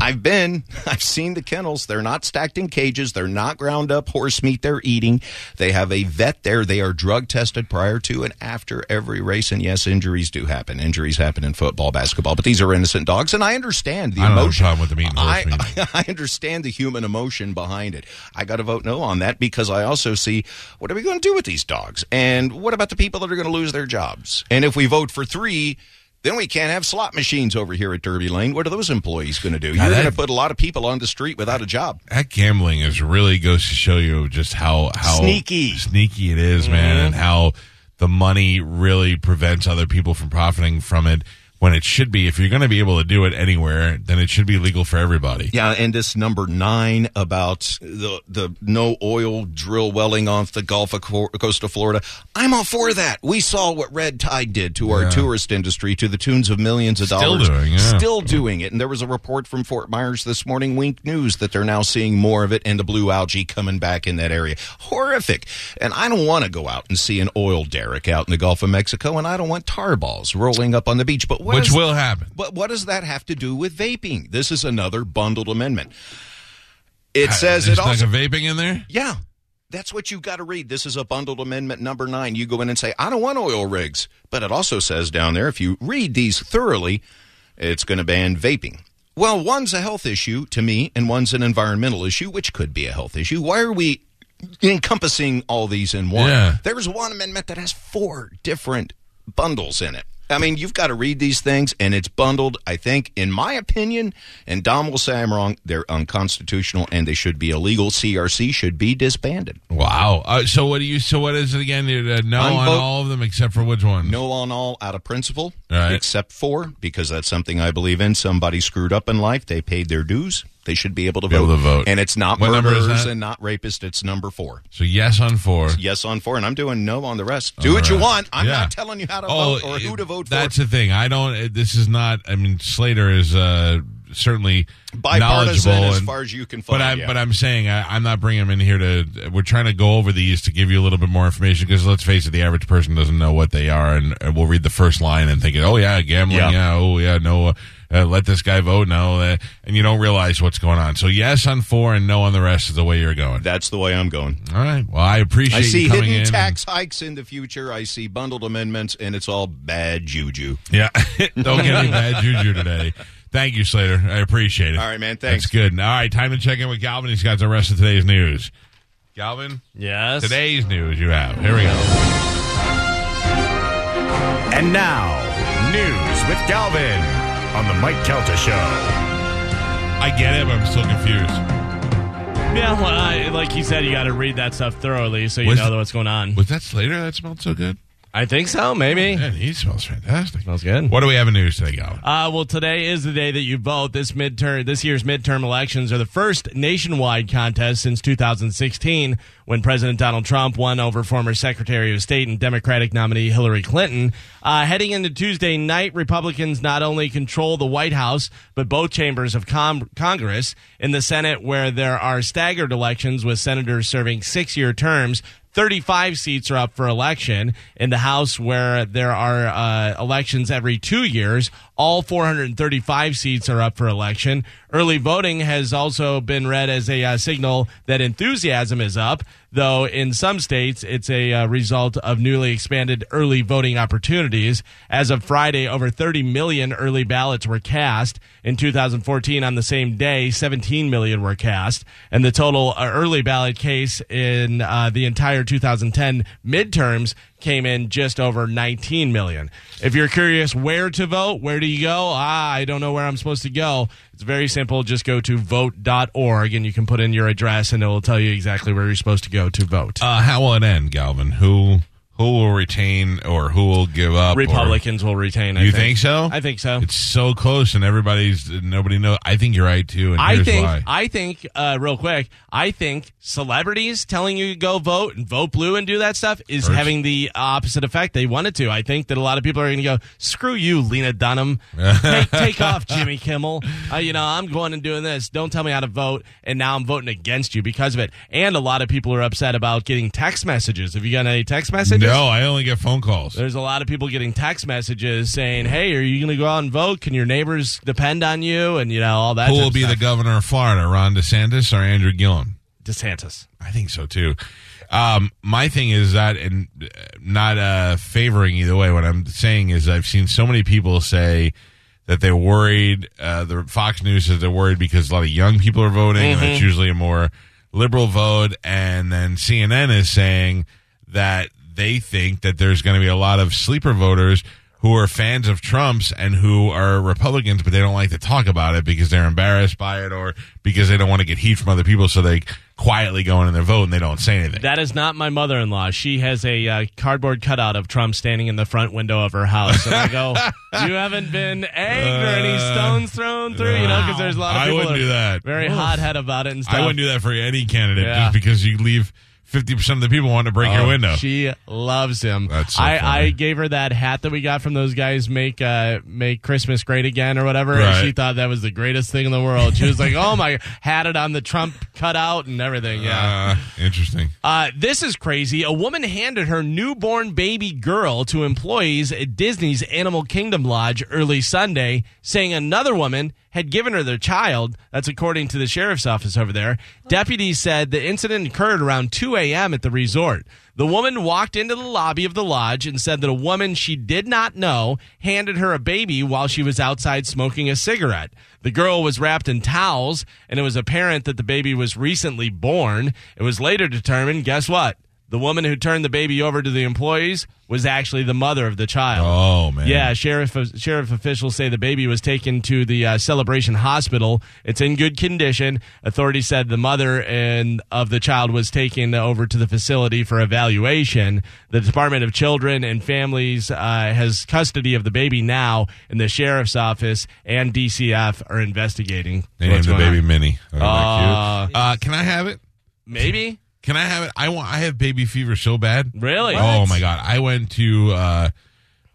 [SPEAKER 5] I've been, I've seen the kennels. They're not stacked in cages. They're not ground up horse meat they're eating. They have a vet there. They are drug tested prior to and after every race. And yes, injuries do happen. Injuries happen in football, basketball, but these are innocent dogs. And I understand the
[SPEAKER 1] I don't have a
[SPEAKER 5] emotion.
[SPEAKER 1] problem with them eating horse
[SPEAKER 5] I-
[SPEAKER 1] meat.
[SPEAKER 5] I understand the human emotion behind it. I got to vote no on that because I also see be what are we going to do with these dogs? And what about the people that are going to lose their jobs? And if we vote for three, then we can't have slot machines over here at Derby Lane. What are those employees going to do? You're
[SPEAKER 1] that-
[SPEAKER 5] going to put a lot of people on the street without a job.
[SPEAKER 1] that gambling is really goes to show you just how how
[SPEAKER 5] Sneaky. Mm-hmm.
[SPEAKER 1] sneaky it is, man, and how the money really prevents other people from profiting from it when it should be. If you're going to be able to do it anywhere, then it should be legal for everybody.
[SPEAKER 5] Yeah, and this number nine about the the no oil drill welling off the Gulf of Co- Coast of Florida. I'm all for that. We saw what Red Tide did to our tourist industry to the tunes of millions of
[SPEAKER 1] Still
[SPEAKER 5] dollars.
[SPEAKER 1] doing, yeah.
[SPEAKER 5] Still doing it. And there was a report from Fort Myers this morning, Wink News, that they're now seeing more of it and the blue algae coming back in that area. Horrific. And I don't want to go out and see an oil derrick out in the Gulf of Mexico, and I don't want tar balls rolling up on the beach. But what
[SPEAKER 1] Which
[SPEAKER 5] is-
[SPEAKER 1] will happen.
[SPEAKER 5] but what does that have to do with vaping? This is another bundled amendment. It says
[SPEAKER 1] Ah, There's
[SPEAKER 5] it also.
[SPEAKER 1] like a vaping in there.
[SPEAKER 5] yeah, that's what you got to read. This is a bundled amendment number nine. You go in and say, I don't want oil rigs. But it also says down there, if you read these thoroughly, it's going to ban vaping. Well, one's a health issue to me, and one's an environmental issue, which could be a health issue. Why are we encompassing all these in one?
[SPEAKER 1] Yeah.
[SPEAKER 5] There's one amendment that has four different bundles in it. I mean, you've got to read these things, and it's bundled, I think, in my opinion, and Dom will say I'm wrong, they're unconstitutional and they should be illegal. CRC should be disbanded.
[SPEAKER 1] Wow. Uh, so what do you? So what is it again? Uh, no
[SPEAKER 5] I'm
[SPEAKER 1] on
[SPEAKER 5] vote-
[SPEAKER 1] all of them except for which one?
[SPEAKER 5] No on all out of principle,
[SPEAKER 1] Right.
[SPEAKER 5] except for, because that's something I believe in. Somebody screwed up in life, they paid their dues. They should be able to,
[SPEAKER 1] Be
[SPEAKER 5] vote.
[SPEAKER 1] able to vote.
[SPEAKER 5] And it's not
[SPEAKER 1] What number is
[SPEAKER 5] murderers
[SPEAKER 1] that?
[SPEAKER 5] and not rapists, it's number four.
[SPEAKER 1] So yes on four.
[SPEAKER 5] Yes on four, and I'm doing no on the rest. Do
[SPEAKER 1] All
[SPEAKER 5] what you
[SPEAKER 1] right.
[SPEAKER 5] want. I'm
[SPEAKER 1] Yeah.
[SPEAKER 5] not telling you how to
[SPEAKER 1] Oh,
[SPEAKER 5] vote or who to vote
[SPEAKER 1] that's
[SPEAKER 5] for.
[SPEAKER 1] the thing. I don't. uh, This is not. I mean, Slater is uh, certainly
[SPEAKER 5] Bipartisan
[SPEAKER 1] knowledgeable
[SPEAKER 5] as
[SPEAKER 1] and-
[SPEAKER 5] far as you can
[SPEAKER 1] But
[SPEAKER 5] find,
[SPEAKER 1] I'm,
[SPEAKER 5] yeah.
[SPEAKER 1] but I'm saying I, I'm not bringing him in here to. We're trying to go over these to give you a little bit more information because let's face it, the average person doesn't know what they are, and, and we'll read the first line and think, oh yeah, gambling,
[SPEAKER 5] Yeah.
[SPEAKER 1] yeah, oh yeah, no, uh, uh, let this guy vote, no, uh, and you don't realize what's going on. So yes on four and no on the rest is the way you're going.
[SPEAKER 5] That's the way I'm going.
[SPEAKER 1] All right. Well, I appreciate.
[SPEAKER 5] I see
[SPEAKER 1] you coming
[SPEAKER 5] hidden
[SPEAKER 1] in and-
[SPEAKER 5] tax hikes in the future. I see bundled amendments, and it's all bad juju.
[SPEAKER 1] Yeah. Don't get any bad juju today. Thank you, Slater. I appreciate it.
[SPEAKER 5] All right, man. Thanks.
[SPEAKER 1] That's good. All right, time to check in with Galvin. He's got the rest of today's news. Galvin,
[SPEAKER 3] Yes.
[SPEAKER 1] today's news you have. Here we go.
[SPEAKER 6] And now, news with Galvin on the Mike Kelta Show.
[SPEAKER 1] I get it, but I'm still confused.
[SPEAKER 3] Yeah, well, I, like you said, you got to read that stuff thoroughly so you
[SPEAKER 1] Was-
[SPEAKER 3] know what's going on.
[SPEAKER 1] Was that Slater that smelled so good?
[SPEAKER 3] I think so, maybe.
[SPEAKER 1] Man, he smells fantastic.
[SPEAKER 3] Smells good.
[SPEAKER 1] What do we have in news today, Galvin?
[SPEAKER 3] Uh, well, today is the day that you vote. This midterm, this year's midterm elections are the first nationwide contest since 2016, when President Donald Trump won over former Secretary of State and Democratic nominee Hillary Clinton. Uh, heading into Tuesday night, Republicans not only control the White House but both chambers of com- Congress. In the Senate, where there are staggered elections with senators serving six-year terms, 35 seats are up for election in the House, where there are uh, elections every two years. All 435 seats are up for election. Early voting has also been read as a uh, signal that enthusiasm is up, though in some states it's a uh, result of newly expanded early voting opportunities. As of Friday, over 30 million early ballots were cast. In 2014, on the same day, 17 million were cast. And the total uh, early ballot case in uh, the entire 2010 midterms came in just over 19 million. If you're curious where to vote, where do you go? Ah, I don't know where I'm supposed to go. It's very simple. Just go to vote.org and you can put in your address and it will tell you exactly where you're supposed to go to vote.
[SPEAKER 1] Uh, how will it end, Galvin? Who who will retain or who will give up? or-
[SPEAKER 3] Republicans will retain. I
[SPEAKER 1] You think so?
[SPEAKER 3] I think so.
[SPEAKER 1] It's so close, and everybody's nobody knows. I think you're right too, and
[SPEAKER 3] I
[SPEAKER 1] here's
[SPEAKER 3] think
[SPEAKER 1] why.
[SPEAKER 3] I think uh, real quick. I think celebrities telling you to go vote and vote blue and do that stuff is
[SPEAKER 1] Hurts.
[SPEAKER 3] having the opposite effect they wanted to. I think that a lot of people are going to go screw you, Lena Dunham. take, take off, Jimmy Kimmel. Uh, you know I'm going and doing this. Don't tell me how to vote, and now I'm voting against you because of it. And a lot of people are upset about getting text messages. Have you gotten any text messages?
[SPEAKER 1] no, I only get phone calls.
[SPEAKER 3] There's a lot of people getting text messages saying, "Hey, are you going to go out and vote? Can your neighbors depend on you?" And you know all that.
[SPEAKER 1] Who
[SPEAKER 3] type
[SPEAKER 1] will
[SPEAKER 3] of
[SPEAKER 1] be
[SPEAKER 3] stuff.
[SPEAKER 1] the governor of Florida, Ron DeSantis or Andrew Gillum?
[SPEAKER 3] DeSantis.
[SPEAKER 1] I think so too. Um, my thing is that, and uh, not uh, favoring either way. What I'm saying is, I've seen so many people say that they're worried. Uh, the Fox News says they're worried because a lot of young people are voting, and it's usually a more liberal vote, and then CNN is saying that they think that there's going to be a lot of sleeper voters who are fans of Trump's and who are Republicans, but they don't like to talk about it because they're embarrassed by it or because they don't want to get heat from other people, so they quietly go in and they vote and they don't say anything.
[SPEAKER 3] That is not my mother in law. She has a uh, cardboard cutout of Trump standing in the front window of her house. And I go, You haven't been egged or any stones thrown through, you know, because there's a lot of
[SPEAKER 1] Uh, I
[SPEAKER 3] people
[SPEAKER 1] wouldn't
[SPEAKER 3] are
[SPEAKER 1] do that.
[SPEAKER 3] very hot head about it and stuff.
[SPEAKER 1] I wouldn't do that for any candidate
[SPEAKER 3] Yeah.
[SPEAKER 1] just because you leave 50% of the people wanting to break your
[SPEAKER 3] Oh,
[SPEAKER 1] window.
[SPEAKER 3] She loves him.
[SPEAKER 1] That's so
[SPEAKER 3] I,
[SPEAKER 1] funny.
[SPEAKER 3] I gave her that hat that we got from those guys make uh, make Christmas great again or whatever,
[SPEAKER 1] Right.
[SPEAKER 3] and she thought that was the greatest thing in the world. She was like, "Oh my!" Had it on the Trump cutout and everything. Yeah.
[SPEAKER 1] Uh, interesting.
[SPEAKER 3] Uh, this is crazy. A woman handed her newborn baby girl to employees at Disney's Animal Kingdom Lodge early Sunday, saying another woman had given her their child. That's according to the sheriff's office over there. Deputies said the incident occurred around 2 a.m. at the resort. The woman walked into the lobby of the lodge and said that a woman she did not know handed her a baby while she was outside smoking a cigarette. The girl was wrapped in towels, and it was apparent that the baby was recently born. It was later determined, guess what? The woman who turned the baby over to the employees was actually the mother of the child.
[SPEAKER 1] Oh, man.
[SPEAKER 3] Yeah, sheriff sheriff officials say the baby was taken to the uh, Celebration Hospital. It's in good condition. Authorities said the mother and of the child was taken over to the facility for evaluation. The Department of Children and Families uh, has custody of the baby now, and the sheriff's office and DCF are investigating.
[SPEAKER 1] They named
[SPEAKER 3] what's
[SPEAKER 1] the
[SPEAKER 3] going
[SPEAKER 1] baby
[SPEAKER 3] on.
[SPEAKER 1] Minnie. Oh,
[SPEAKER 3] Uh,
[SPEAKER 1] uh, can I have it?
[SPEAKER 3] Maybe
[SPEAKER 1] Can I have it? I want. I have baby fever so bad.
[SPEAKER 3] really?
[SPEAKER 1] Oh my god! I went to. Uh,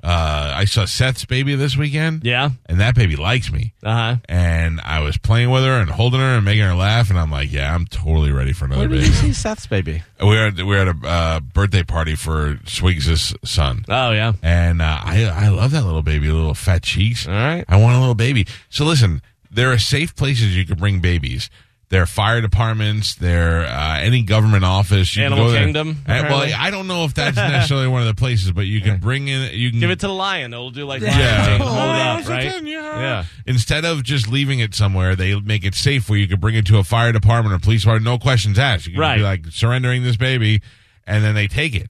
[SPEAKER 1] uh, I saw Seth's baby this weekend.
[SPEAKER 3] Yeah.
[SPEAKER 1] and that baby likes me.
[SPEAKER 3] Uh huh.
[SPEAKER 1] And I was playing with her and holding her and making her laugh, and I'm like, yeah, I'm totally ready for another baby.
[SPEAKER 3] Seth's baby?
[SPEAKER 1] we were at, we were at a uh, birthday party for Swiggs' son.
[SPEAKER 3] Oh yeah.
[SPEAKER 1] And uh, I I love that little baby, little fat cheeks.
[SPEAKER 3] All right.
[SPEAKER 1] I want a little baby. So listen, there are safe places you can bring babies. There are fire departments. There uh, any government office. You
[SPEAKER 3] Animal
[SPEAKER 1] can go there.
[SPEAKER 3] Kingdom,
[SPEAKER 1] Uh, well,
[SPEAKER 3] apparently.
[SPEAKER 1] I don't know if that's necessarily one of the places, but you can bring in. You can
[SPEAKER 3] Give it to the lion. It'll do like lion
[SPEAKER 1] Yeah.
[SPEAKER 3] King.
[SPEAKER 1] Oh,
[SPEAKER 3] Hold it
[SPEAKER 1] it's
[SPEAKER 3] up,
[SPEAKER 1] a
[SPEAKER 3] right?
[SPEAKER 1] ten, yeah.
[SPEAKER 3] yeah.
[SPEAKER 1] Instead of just leaving it somewhere, they make it safe where you can bring it to a fire department or police department, no questions asked. You can
[SPEAKER 3] Right.
[SPEAKER 1] be like surrendering this baby, and then they take it.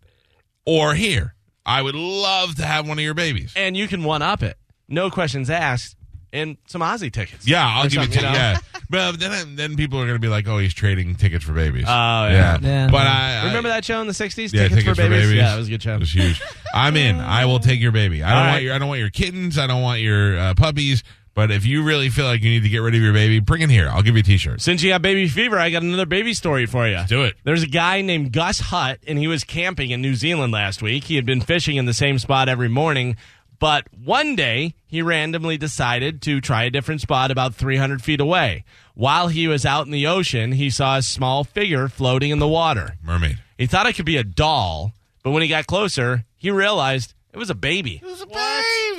[SPEAKER 1] Or here, I would love to have one of your babies.
[SPEAKER 3] and you can one up it. No questions asked, and some Ozzy tickets.
[SPEAKER 1] Yeah, I'll
[SPEAKER 3] Or
[SPEAKER 1] give you.
[SPEAKER 3] something,
[SPEAKER 1] T-
[SPEAKER 3] know?
[SPEAKER 1] Yeah, but then then people are going to be like, "Oh, he's trading tickets for babies." Oh
[SPEAKER 3] yeah.
[SPEAKER 2] Yeah.
[SPEAKER 1] But I I-
[SPEAKER 3] Remember that show in the '60s?
[SPEAKER 1] Yeah,
[SPEAKER 3] tickets, for, babies? Yeah, it was a good show.
[SPEAKER 1] It was huge. I'm in. I will take your baby. I don't
[SPEAKER 3] All
[SPEAKER 1] want
[SPEAKER 3] right.
[SPEAKER 1] your. I don't want your kittens. I don't want your uh, puppies. But if you really feel like you need to get rid of your baby, bring it here. I'll give you a T-shirt.
[SPEAKER 3] Since you got baby fever, I got another baby story for you.
[SPEAKER 1] Do it.
[SPEAKER 3] There's a guy named Gus Hutt, and he was camping in New Zealand last week. He had been fishing in the same spot every morning, but one day he randomly decided to try a different spot about 300 feet away. While he was out in the ocean, he saw a small figure floating in the water.
[SPEAKER 1] Mermaid.
[SPEAKER 3] He thought it could be a doll, but when he got closer, he realized it was a baby.
[SPEAKER 1] It was a baby.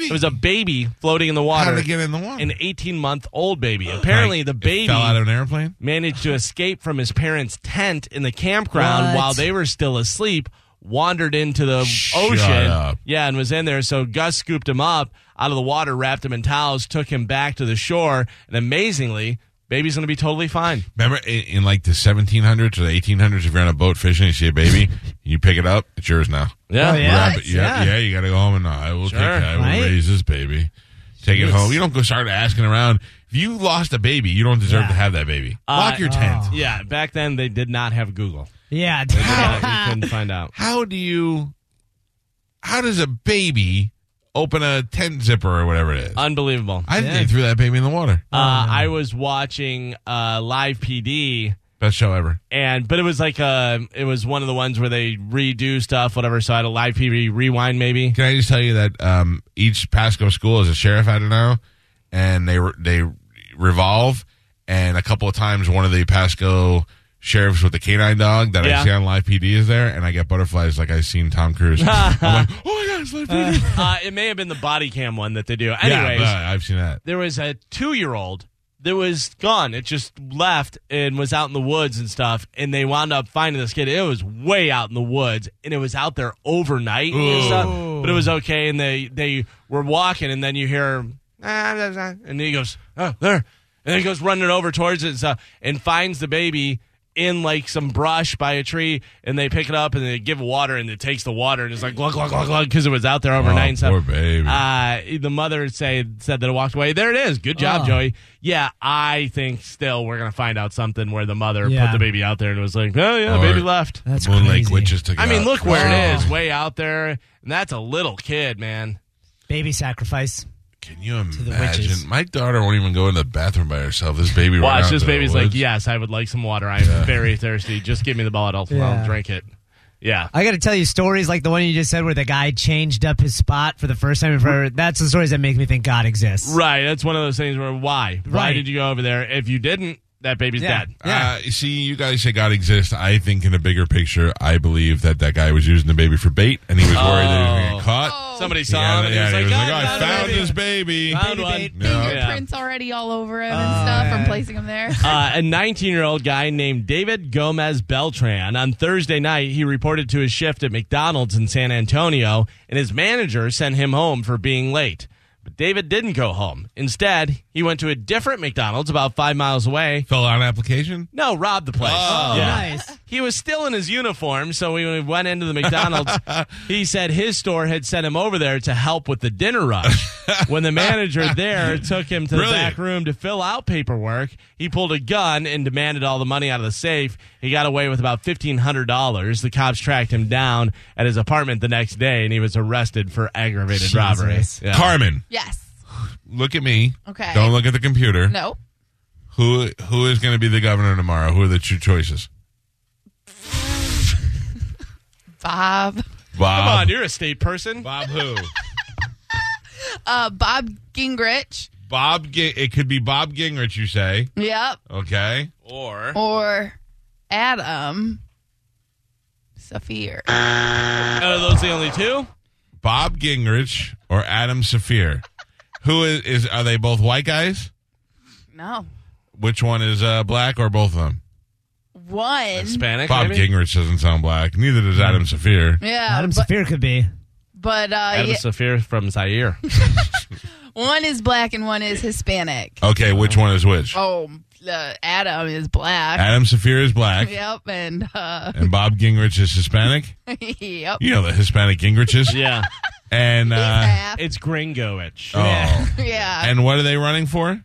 [SPEAKER 3] It was a baby floating in the water.
[SPEAKER 1] How did it get in the water?
[SPEAKER 3] An 18 month old baby. Apparently,
[SPEAKER 1] Like,
[SPEAKER 3] the
[SPEAKER 1] it
[SPEAKER 3] baby
[SPEAKER 1] fell out of an airplane.
[SPEAKER 3] managed to escape from his parents' tent in the campground
[SPEAKER 2] What?
[SPEAKER 3] while they were still asleep, wandered into the
[SPEAKER 1] Shut
[SPEAKER 3] ocean.
[SPEAKER 1] up.
[SPEAKER 3] Yeah, and was in there. So Gus scooped him up out of the water, wrapped him in towels, took him back to the shore, and amazingly, baby's going to be totally fine.
[SPEAKER 1] Remember in, in like the 1700s or the 1800s, if you're on a boat fishing, you see a baby, you pick it up. It's yours now.
[SPEAKER 3] Yeah.
[SPEAKER 2] Oh, yeah?
[SPEAKER 1] Wrap it- yeah, yeah, you got to go home and I will take.
[SPEAKER 3] Sure.
[SPEAKER 1] I will
[SPEAKER 2] Right.
[SPEAKER 1] raise this baby. Take it home. You don't go start asking around. If you lost a baby, you don't deserve to have that baby. Lock your tent.
[SPEAKER 3] Yeah, back then they did not have Google.
[SPEAKER 2] Yeah.
[SPEAKER 3] Yeah, we couldn't find out.
[SPEAKER 1] how do you how does a baby open a tent zipper or whatever it is?
[SPEAKER 3] Uh, Unbelievable.
[SPEAKER 1] I think they threw that baby in the water.
[SPEAKER 3] Uh, I was watching uh, live PD,
[SPEAKER 1] Best show ever.
[SPEAKER 3] and but it was like uh it was one of the ones where they redo stuff, whatever. So I had a live PD rewind, maybe.
[SPEAKER 1] Can I just tell you that um, each Pasco school is a sheriff out of now, and they re- they revolve, and a couple of times one of the Pasco sheriffs with the canine dog that I
[SPEAKER 3] Yeah.
[SPEAKER 1] see on live PD is there, and I get butterflies like I seen Tom Cruise. I'm like, oh my god, it's live PD.
[SPEAKER 3] Uh, it may have been the body cam one that they do.
[SPEAKER 1] yeah,
[SPEAKER 3] Anyways,
[SPEAKER 1] but I've seen that.
[SPEAKER 3] there was a two year old that was gone. It just left and was out in the woods and stuff. And they wound up finding this kid. It was way out in the woods and it was out there overnight and stuff. But it was okay. And they, they were walking and then you hear, "Ah, blah, blah," and he goes, oh, there. And he goes running over towards it and, stuff, and finds the baby in like some brush by a tree and they pick it up and they give water and it takes the water and it's like glug glug glug glug because it was out there overnight and stuff.
[SPEAKER 1] Oh, poor baby.
[SPEAKER 3] Uh, the mother say said that it walked away. There it is. Good job,
[SPEAKER 2] Oh.
[SPEAKER 3] Joey. Yeah, I think still we're gonna find out something where the mother
[SPEAKER 2] Yeah.
[SPEAKER 3] put the baby out there and was like, oh yeah, the
[SPEAKER 1] Or-
[SPEAKER 3] baby left.
[SPEAKER 2] That's
[SPEAKER 1] Moonlake
[SPEAKER 2] crazy.
[SPEAKER 1] witches took. it
[SPEAKER 3] I mean,
[SPEAKER 1] out.
[SPEAKER 3] look where it
[SPEAKER 2] Wow.
[SPEAKER 3] is, way out there, and that's a little kid, man.
[SPEAKER 2] Baby sacrifice.
[SPEAKER 1] Can you
[SPEAKER 2] the
[SPEAKER 1] imagine?
[SPEAKER 2] witches.
[SPEAKER 1] My daughter won't even go in the bathroom by herself. This baby. ran
[SPEAKER 3] Watch
[SPEAKER 1] out
[SPEAKER 3] this
[SPEAKER 1] into the
[SPEAKER 3] baby's like,
[SPEAKER 1] woods.
[SPEAKER 3] yes, I would like some water. I'm very thirsty. Just give me the ball. I'll, I'll
[SPEAKER 2] Yeah.
[SPEAKER 3] drink it. Yeah.
[SPEAKER 2] I got to tell you stories like the one you just said, where the guy changed up his spot for the first time in forever. That's the stories that make me think God exists.
[SPEAKER 3] Right. That's one of those things where why? Why
[SPEAKER 2] Right.
[SPEAKER 3] did you go over there? If you didn't, that baby's
[SPEAKER 2] Yeah.
[SPEAKER 3] dead.
[SPEAKER 2] Yeah.
[SPEAKER 1] Uh, see, you guys say God exists. I think in a bigger picture, I believe that that guy was using the baby for bait, and he was worried that he was going to get
[SPEAKER 4] Oh.
[SPEAKER 1] caught.
[SPEAKER 3] Somebody
[SPEAKER 1] Yeah,
[SPEAKER 3] saw him
[SPEAKER 1] yeah,
[SPEAKER 3] and Oh. he was like, "Oh,
[SPEAKER 1] "Oh, I
[SPEAKER 3] no, no,
[SPEAKER 1] found
[SPEAKER 3] no, no."
[SPEAKER 1] this baby.
[SPEAKER 3] Found one.
[SPEAKER 2] bait.
[SPEAKER 1] Yeah.
[SPEAKER 4] Fingerprints already all over him and stuff from placing him there.
[SPEAKER 3] Uh, a 19 year old guy named David Gomez Beltran. On Thursday night, he reported to his shift at McDonald's in San Antonio, and his manager sent him home for being late. But David didn't go home. Instead, he went to a different McDonald's about five miles away.
[SPEAKER 1] Fill out an application.
[SPEAKER 3] No, robbed the place.
[SPEAKER 1] Oh.
[SPEAKER 3] Yeah.
[SPEAKER 2] Nice.
[SPEAKER 3] He was still in his uniform, so when we went into the McDonald's, he said his store had sent him over there to help with the dinner rush. when the manager there took him to the
[SPEAKER 1] Brilliant.
[SPEAKER 3] back room to fill out paperwork, he pulled a gun and demanded all the money out of the safe. He got away with about $1,500. The cops tracked him down at his apartment the next day, and he was arrested for aggravated
[SPEAKER 2] Jesus.
[SPEAKER 3] robbery. Yeah.
[SPEAKER 1] Carmen,
[SPEAKER 4] Yes.
[SPEAKER 1] look at me.
[SPEAKER 4] Okay.
[SPEAKER 1] Don't look at the computer.
[SPEAKER 4] No.
[SPEAKER 1] Who who is going to be the governor tomorrow? Who are the two choices?
[SPEAKER 4] Bob.
[SPEAKER 1] Bob.
[SPEAKER 3] Come on, you're a state person.
[SPEAKER 1] Bob who?
[SPEAKER 4] Uh, Bob Gingrich.
[SPEAKER 1] Bob. G- it could be Bob Gingrich. You say
[SPEAKER 4] Yep.
[SPEAKER 1] okay?
[SPEAKER 3] Or
[SPEAKER 4] Or Adam Safir.
[SPEAKER 3] are those the only two?
[SPEAKER 1] Bob Gingrich or Adam Safir? Who is, is? Are they both white guys?
[SPEAKER 4] No.
[SPEAKER 1] Which one is uh, black or both of them?
[SPEAKER 4] One.
[SPEAKER 3] Hispanic?
[SPEAKER 1] Bob
[SPEAKER 3] maybe?
[SPEAKER 1] Gingrich doesn't sound black. Neither does Adam Safir.
[SPEAKER 4] Yeah.
[SPEAKER 2] Adam
[SPEAKER 4] but
[SPEAKER 2] Saphir could be.
[SPEAKER 4] but uh,
[SPEAKER 3] Adam
[SPEAKER 4] yeah,
[SPEAKER 3] Safir from Zaire.
[SPEAKER 4] one is black and one is Hispanic.
[SPEAKER 1] Okay, which one is which?
[SPEAKER 4] Oh, uh, Adam is black.
[SPEAKER 1] Adam Safir is black,
[SPEAKER 4] Yep. And uh,
[SPEAKER 1] and Bob Gingrich is Hispanic.
[SPEAKER 4] yep.
[SPEAKER 1] You know the Hispanic Gingriches,
[SPEAKER 3] yeah.
[SPEAKER 1] and uh,
[SPEAKER 4] Half.
[SPEAKER 3] It's Gringoich.
[SPEAKER 1] oh,
[SPEAKER 4] yeah.
[SPEAKER 1] and what are they running for?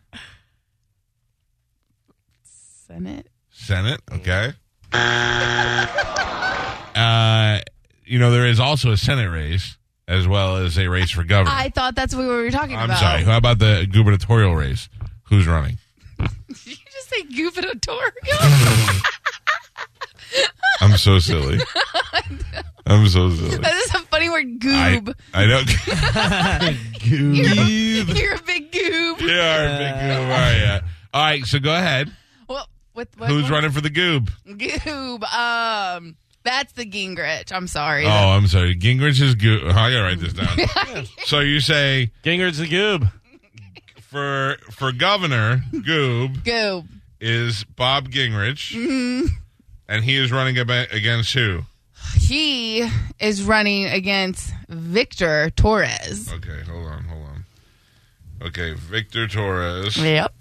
[SPEAKER 4] Senate.
[SPEAKER 1] Senate, okay. uh, you know there is also a Senate race as well as a race for governor.
[SPEAKER 4] I thought that's what we were talking
[SPEAKER 1] I'm
[SPEAKER 4] about.
[SPEAKER 1] sorry. How about the gubernatorial race? Who's running?
[SPEAKER 4] Did you just say gubernatorial?
[SPEAKER 1] I'm so silly. I'm so silly.
[SPEAKER 4] that is a funny word,
[SPEAKER 1] I,
[SPEAKER 4] goob.
[SPEAKER 1] I don't.
[SPEAKER 4] You're, you're a big goob.
[SPEAKER 1] you are a big goob, are ya? All right, so go ahead.
[SPEAKER 4] Well, with what,
[SPEAKER 1] Who's
[SPEAKER 4] what-
[SPEAKER 1] running for the goob?
[SPEAKER 4] Goob. Um, that's the Gingrich. I'm sorry.
[SPEAKER 1] Oh, I'm sorry. Gingrich is goob. Oh, I gotta write this down. so you say
[SPEAKER 3] Gingrich the Goob.
[SPEAKER 1] for for governor, goob.
[SPEAKER 4] Goob.
[SPEAKER 1] is Bob Gingrich,
[SPEAKER 4] Mm-hmm.
[SPEAKER 1] and he is running ab- against who?
[SPEAKER 4] He is running against Victor Torres.
[SPEAKER 1] Okay, hold on, hold on. Okay, Victor Torres,
[SPEAKER 4] Yep.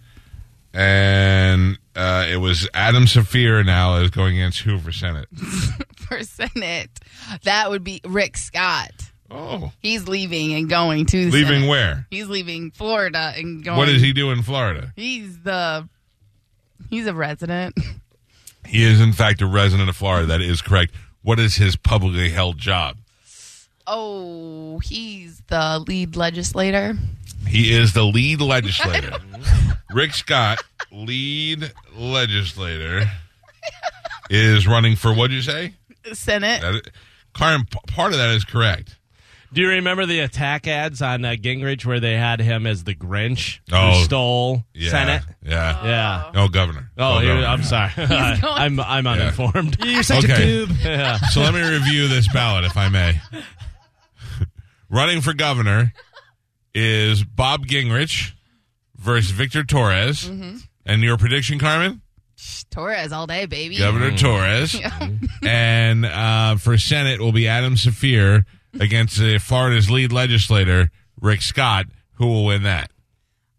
[SPEAKER 1] and uh, it was Adam Safir now is going against who for Senate?
[SPEAKER 4] For Senate, that would be Rick Scott.
[SPEAKER 1] Oh,
[SPEAKER 4] He's leaving and going to the
[SPEAKER 1] leaving
[SPEAKER 4] Senate.
[SPEAKER 1] where?
[SPEAKER 4] He's leaving Florida and going.
[SPEAKER 1] What does he do in Florida?
[SPEAKER 4] He's the. He's a resident.
[SPEAKER 1] He is in fact a resident of Florida. That is correct. What is his publicly held job?
[SPEAKER 4] Oh, he's the lead legislator.
[SPEAKER 1] He is the lead legislator. Rick Scott, lead legislator, is running for what did you say?
[SPEAKER 4] Senate.
[SPEAKER 1] That is, Karen, p- part of that is correct.
[SPEAKER 3] Do you remember the attack ads on uh, Gingrich where they had him as the Grinch
[SPEAKER 1] Oh.
[SPEAKER 3] who stole
[SPEAKER 1] Yeah.
[SPEAKER 3] Senate?
[SPEAKER 1] Yeah.
[SPEAKER 3] Yeah.
[SPEAKER 1] No, governor.
[SPEAKER 3] Oh,
[SPEAKER 1] No,
[SPEAKER 3] he-
[SPEAKER 1] governor.
[SPEAKER 3] I'm sorry. I'm I'm uninformed.
[SPEAKER 2] You're such
[SPEAKER 1] Okay.
[SPEAKER 2] a goob.
[SPEAKER 3] yeah.
[SPEAKER 1] So let me review this ballot, if I may. Running for governor is Bob Gingrich versus Victor Torres. And your prediction, Carmen?
[SPEAKER 4] Torres all day, baby.
[SPEAKER 1] Governor Torres. and uh, for Senate will be Adam Safir against uh, Florida's lead legislator, Rick Scott. Who will win that?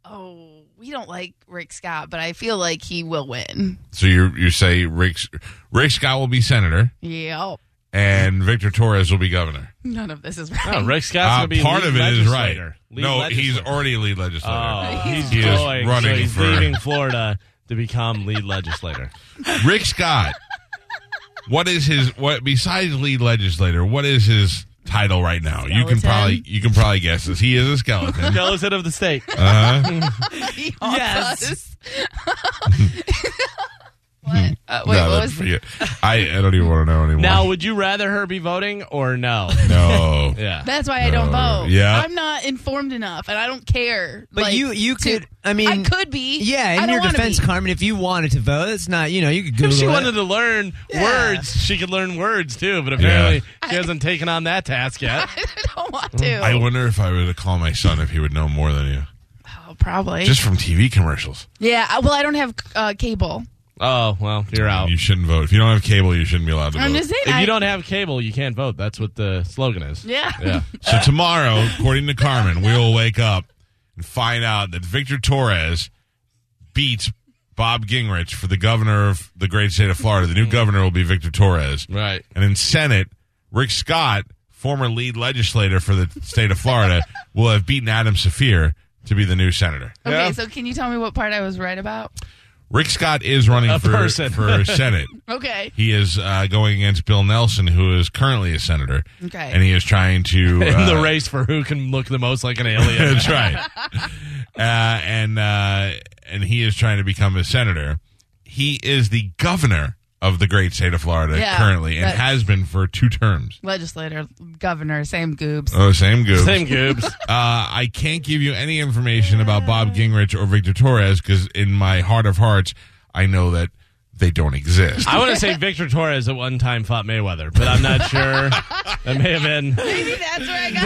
[SPEAKER 4] Oh, we you don't like Rick Scott, but I feel like he will win.
[SPEAKER 1] So you you say Rick Rick Scott will be senator
[SPEAKER 4] Yep.
[SPEAKER 1] and Victor Torres will be governor.
[SPEAKER 4] None of this is right.
[SPEAKER 3] Oh, Rick Scott's
[SPEAKER 1] Uh,
[SPEAKER 3] gonna be
[SPEAKER 1] part
[SPEAKER 3] lead
[SPEAKER 1] of it is right.
[SPEAKER 3] legislator. Lead
[SPEAKER 1] no, he's
[SPEAKER 3] legislator.
[SPEAKER 1] already lead legislator.
[SPEAKER 3] Oh, he's
[SPEAKER 1] He is
[SPEAKER 3] going,
[SPEAKER 1] running
[SPEAKER 3] so he's
[SPEAKER 1] for-
[SPEAKER 3] leaving Florida to become lead legislator.
[SPEAKER 1] Rick Scott. what is his what besides lead legislator? What is his title right now? You can
[SPEAKER 4] Skeleton.
[SPEAKER 1] probably you can probably guess this. He is a skeleton. Uh-huh.
[SPEAKER 3] Skeleton of the state.
[SPEAKER 4] He
[SPEAKER 2] Yes.
[SPEAKER 4] does. what? Uh,
[SPEAKER 1] No,
[SPEAKER 4] wait, what
[SPEAKER 1] that's-
[SPEAKER 4] was?
[SPEAKER 1] forget- I I don't even want to know anymore.
[SPEAKER 3] now, would you rather her be voting or no?
[SPEAKER 1] no.
[SPEAKER 3] Yeah.
[SPEAKER 4] That's why I don't
[SPEAKER 1] Uh,
[SPEAKER 4] vote.
[SPEAKER 1] yeah.
[SPEAKER 4] I'm not informed enough, and I don't care.
[SPEAKER 2] But
[SPEAKER 4] like,
[SPEAKER 2] you, you
[SPEAKER 4] to-
[SPEAKER 2] could. I mean,
[SPEAKER 4] I could be. I
[SPEAKER 2] Yeah, in
[SPEAKER 4] don't
[SPEAKER 2] your
[SPEAKER 4] wanna
[SPEAKER 2] defense,
[SPEAKER 4] be.
[SPEAKER 2] Carmen, if you wanted to vote, it's not. You know, you could Google
[SPEAKER 3] If she
[SPEAKER 2] it.
[SPEAKER 3] wanted to learn words, she could learn words too, but apparently she hasn't taken on that task yet.
[SPEAKER 4] I don't want
[SPEAKER 3] Mm,
[SPEAKER 4] to.
[SPEAKER 1] I wonder if I were to call my son if he would know more than you.
[SPEAKER 4] oh, probably.
[SPEAKER 1] Just from TV commercials.
[SPEAKER 4] yeah. I- Well, I don't have uh, cable.
[SPEAKER 3] Oh, well, you're out.
[SPEAKER 1] You shouldn't vote. If you don't have cable, you shouldn't be allowed to
[SPEAKER 4] I'm
[SPEAKER 1] vote.
[SPEAKER 4] just saying.
[SPEAKER 3] Oh. If
[SPEAKER 4] I-
[SPEAKER 3] you don't have cable, you can't vote. That's what the slogan is.
[SPEAKER 4] Yeah.
[SPEAKER 3] Yeah.
[SPEAKER 1] So tomorrow, according to Carmen, we will wake up and find out that Victor Torres beats Bob Gingrich for the governor of the great state of Florida. The new governor will be Victor Torres.
[SPEAKER 3] Mm-hmm. Right.
[SPEAKER 1] And in Senate, Rick Scott, former lead legislator for the state of Florida, will have beaten Adam Safir to be the new senator.
[SPEAKER 4] Okay, so can you tell me what part I was right about?
[SPEAKER 1] Rick Scott is running
[SPEAKER 3] A
[SPEAKER 1] for,
[SPEAKER 3] person.
[SPEAKER 1] for Senate.
[SPEAKER 4] Okay.
[SPEAKER 1] He is uh, going against Bill Nelson, who is currently a senator.
[SPEAKER 4] Okay.
[SPEAKER 1] And he is trying to.
[SPEAKER 3] In
[SPEAKER 1] uh,
[SPEAKER 3] the race for who can look the most like an alien.
[SPEAKER 1] That's right. Uh, and uh, and he is trying to become a senator. He is the governor of the great state of Florida
[SPEAKER 4] Yeah,
[SPEAKER 1] currently, and
[SPEAKER 4] that's-
[SPEAKER 1] has been for two terms.
[SPEAKER 4] Legislator, governor, same goobs.
[SPEAKER 1] Oh, same goop.
[SPEAKER 3] Same goobs.
[SPEAKER 1] Uh, I can't give you any information about Bob Gingrich or Victor Torres because, in my heart of hearts, I know that they don't exist.
[SPEAKER 3] I want to say Victor Torres at one time fought Mayweather, but I'm not sure. That may have been that
[SPEAKER 4] Maybe that's where I got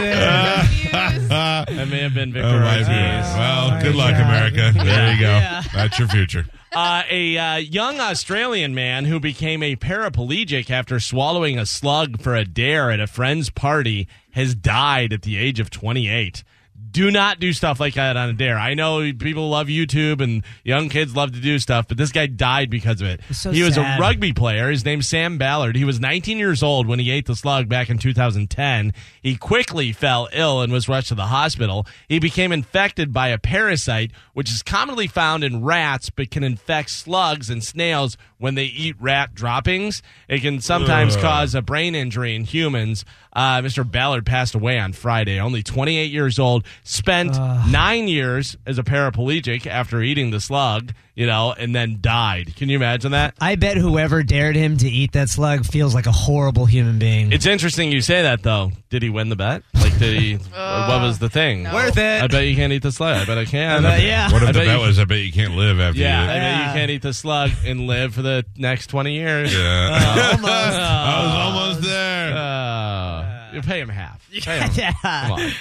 [SPEAKER 4] that confused.
[SPEAKER 3] may have been Victor
[SPEAKER 1] Oh, my
[SPEAKER 3] Ortiz.
[SPEAKER 1] goodness.
[SPEAKER 3] Oh,
[SPEAKER 1] well, good luck, America. There you go. That's your future.
[SPEAKER 3] Uh, a uh, young Australian man who became a paraplegic after swallowing a slug for a dare at a friend's party has died at the age of 28. Do not do stuff like that on a dare. I know people love YouTube and young kids love to do stuff, but this guy died because of it.
[SPEAKER 2] so
[SPEAKER 3] he was a
[SPEAKER 2] sad.
[SPEAKER 3] rugby rugby player. His name's Sam Ballard. He was 19 years old when he ate the slug back in 2010. He quickly fell ill and was rushed to the hospital. He became infected by a parasite, which is commonly found in rats, but can infect slugs and snails when they eat rat droppings. It can sometimes cause a brain injury in humans. Uh, Mr. Ballard passed away on Friday, only 28 years old. Spent nine years as a paraplegic after eating the slug, you know, and then died. Can you imagine that?
[SPEAKER 2] I bet whoever dared him to eat that slug feels like a horrible human being.
[SPEAKER 3] It's interesting you say that, though. Did he win the bet? Like, did he? or what was the thing?
[SPEAKER 2] worth it.
[SPEAKER 3] I bet you can't eat the slug. I bet I can.
[SPEAKER 2] I bet- yeah.
[SPEAKER 1] What if
[SPEAKER 3] I
[SPEAKER 1] the
[SPEAKER 3] bet
[SPEAKER 1] bet
[SPEAKER 3] you-
[SPEAKER 1] was? I bet you can't live after
[SPEAKER 3] Yeah,
[SPEAKER 1] you.
[SPEAKER 3] I bet you can't eat the slug and live for the next 20 years.
[SPEAKER 1] Yeah.
[SPEAKER 2] almost.
[SPEAKER 1] I
[SPEAKER 3] Oh.
[SPEAKER 1] was almost there.
[SPEAKER 3] Uh, you pay him half. Pay him. Come
[SPEAKER 2] yeah.
[SPEAKER 3] on.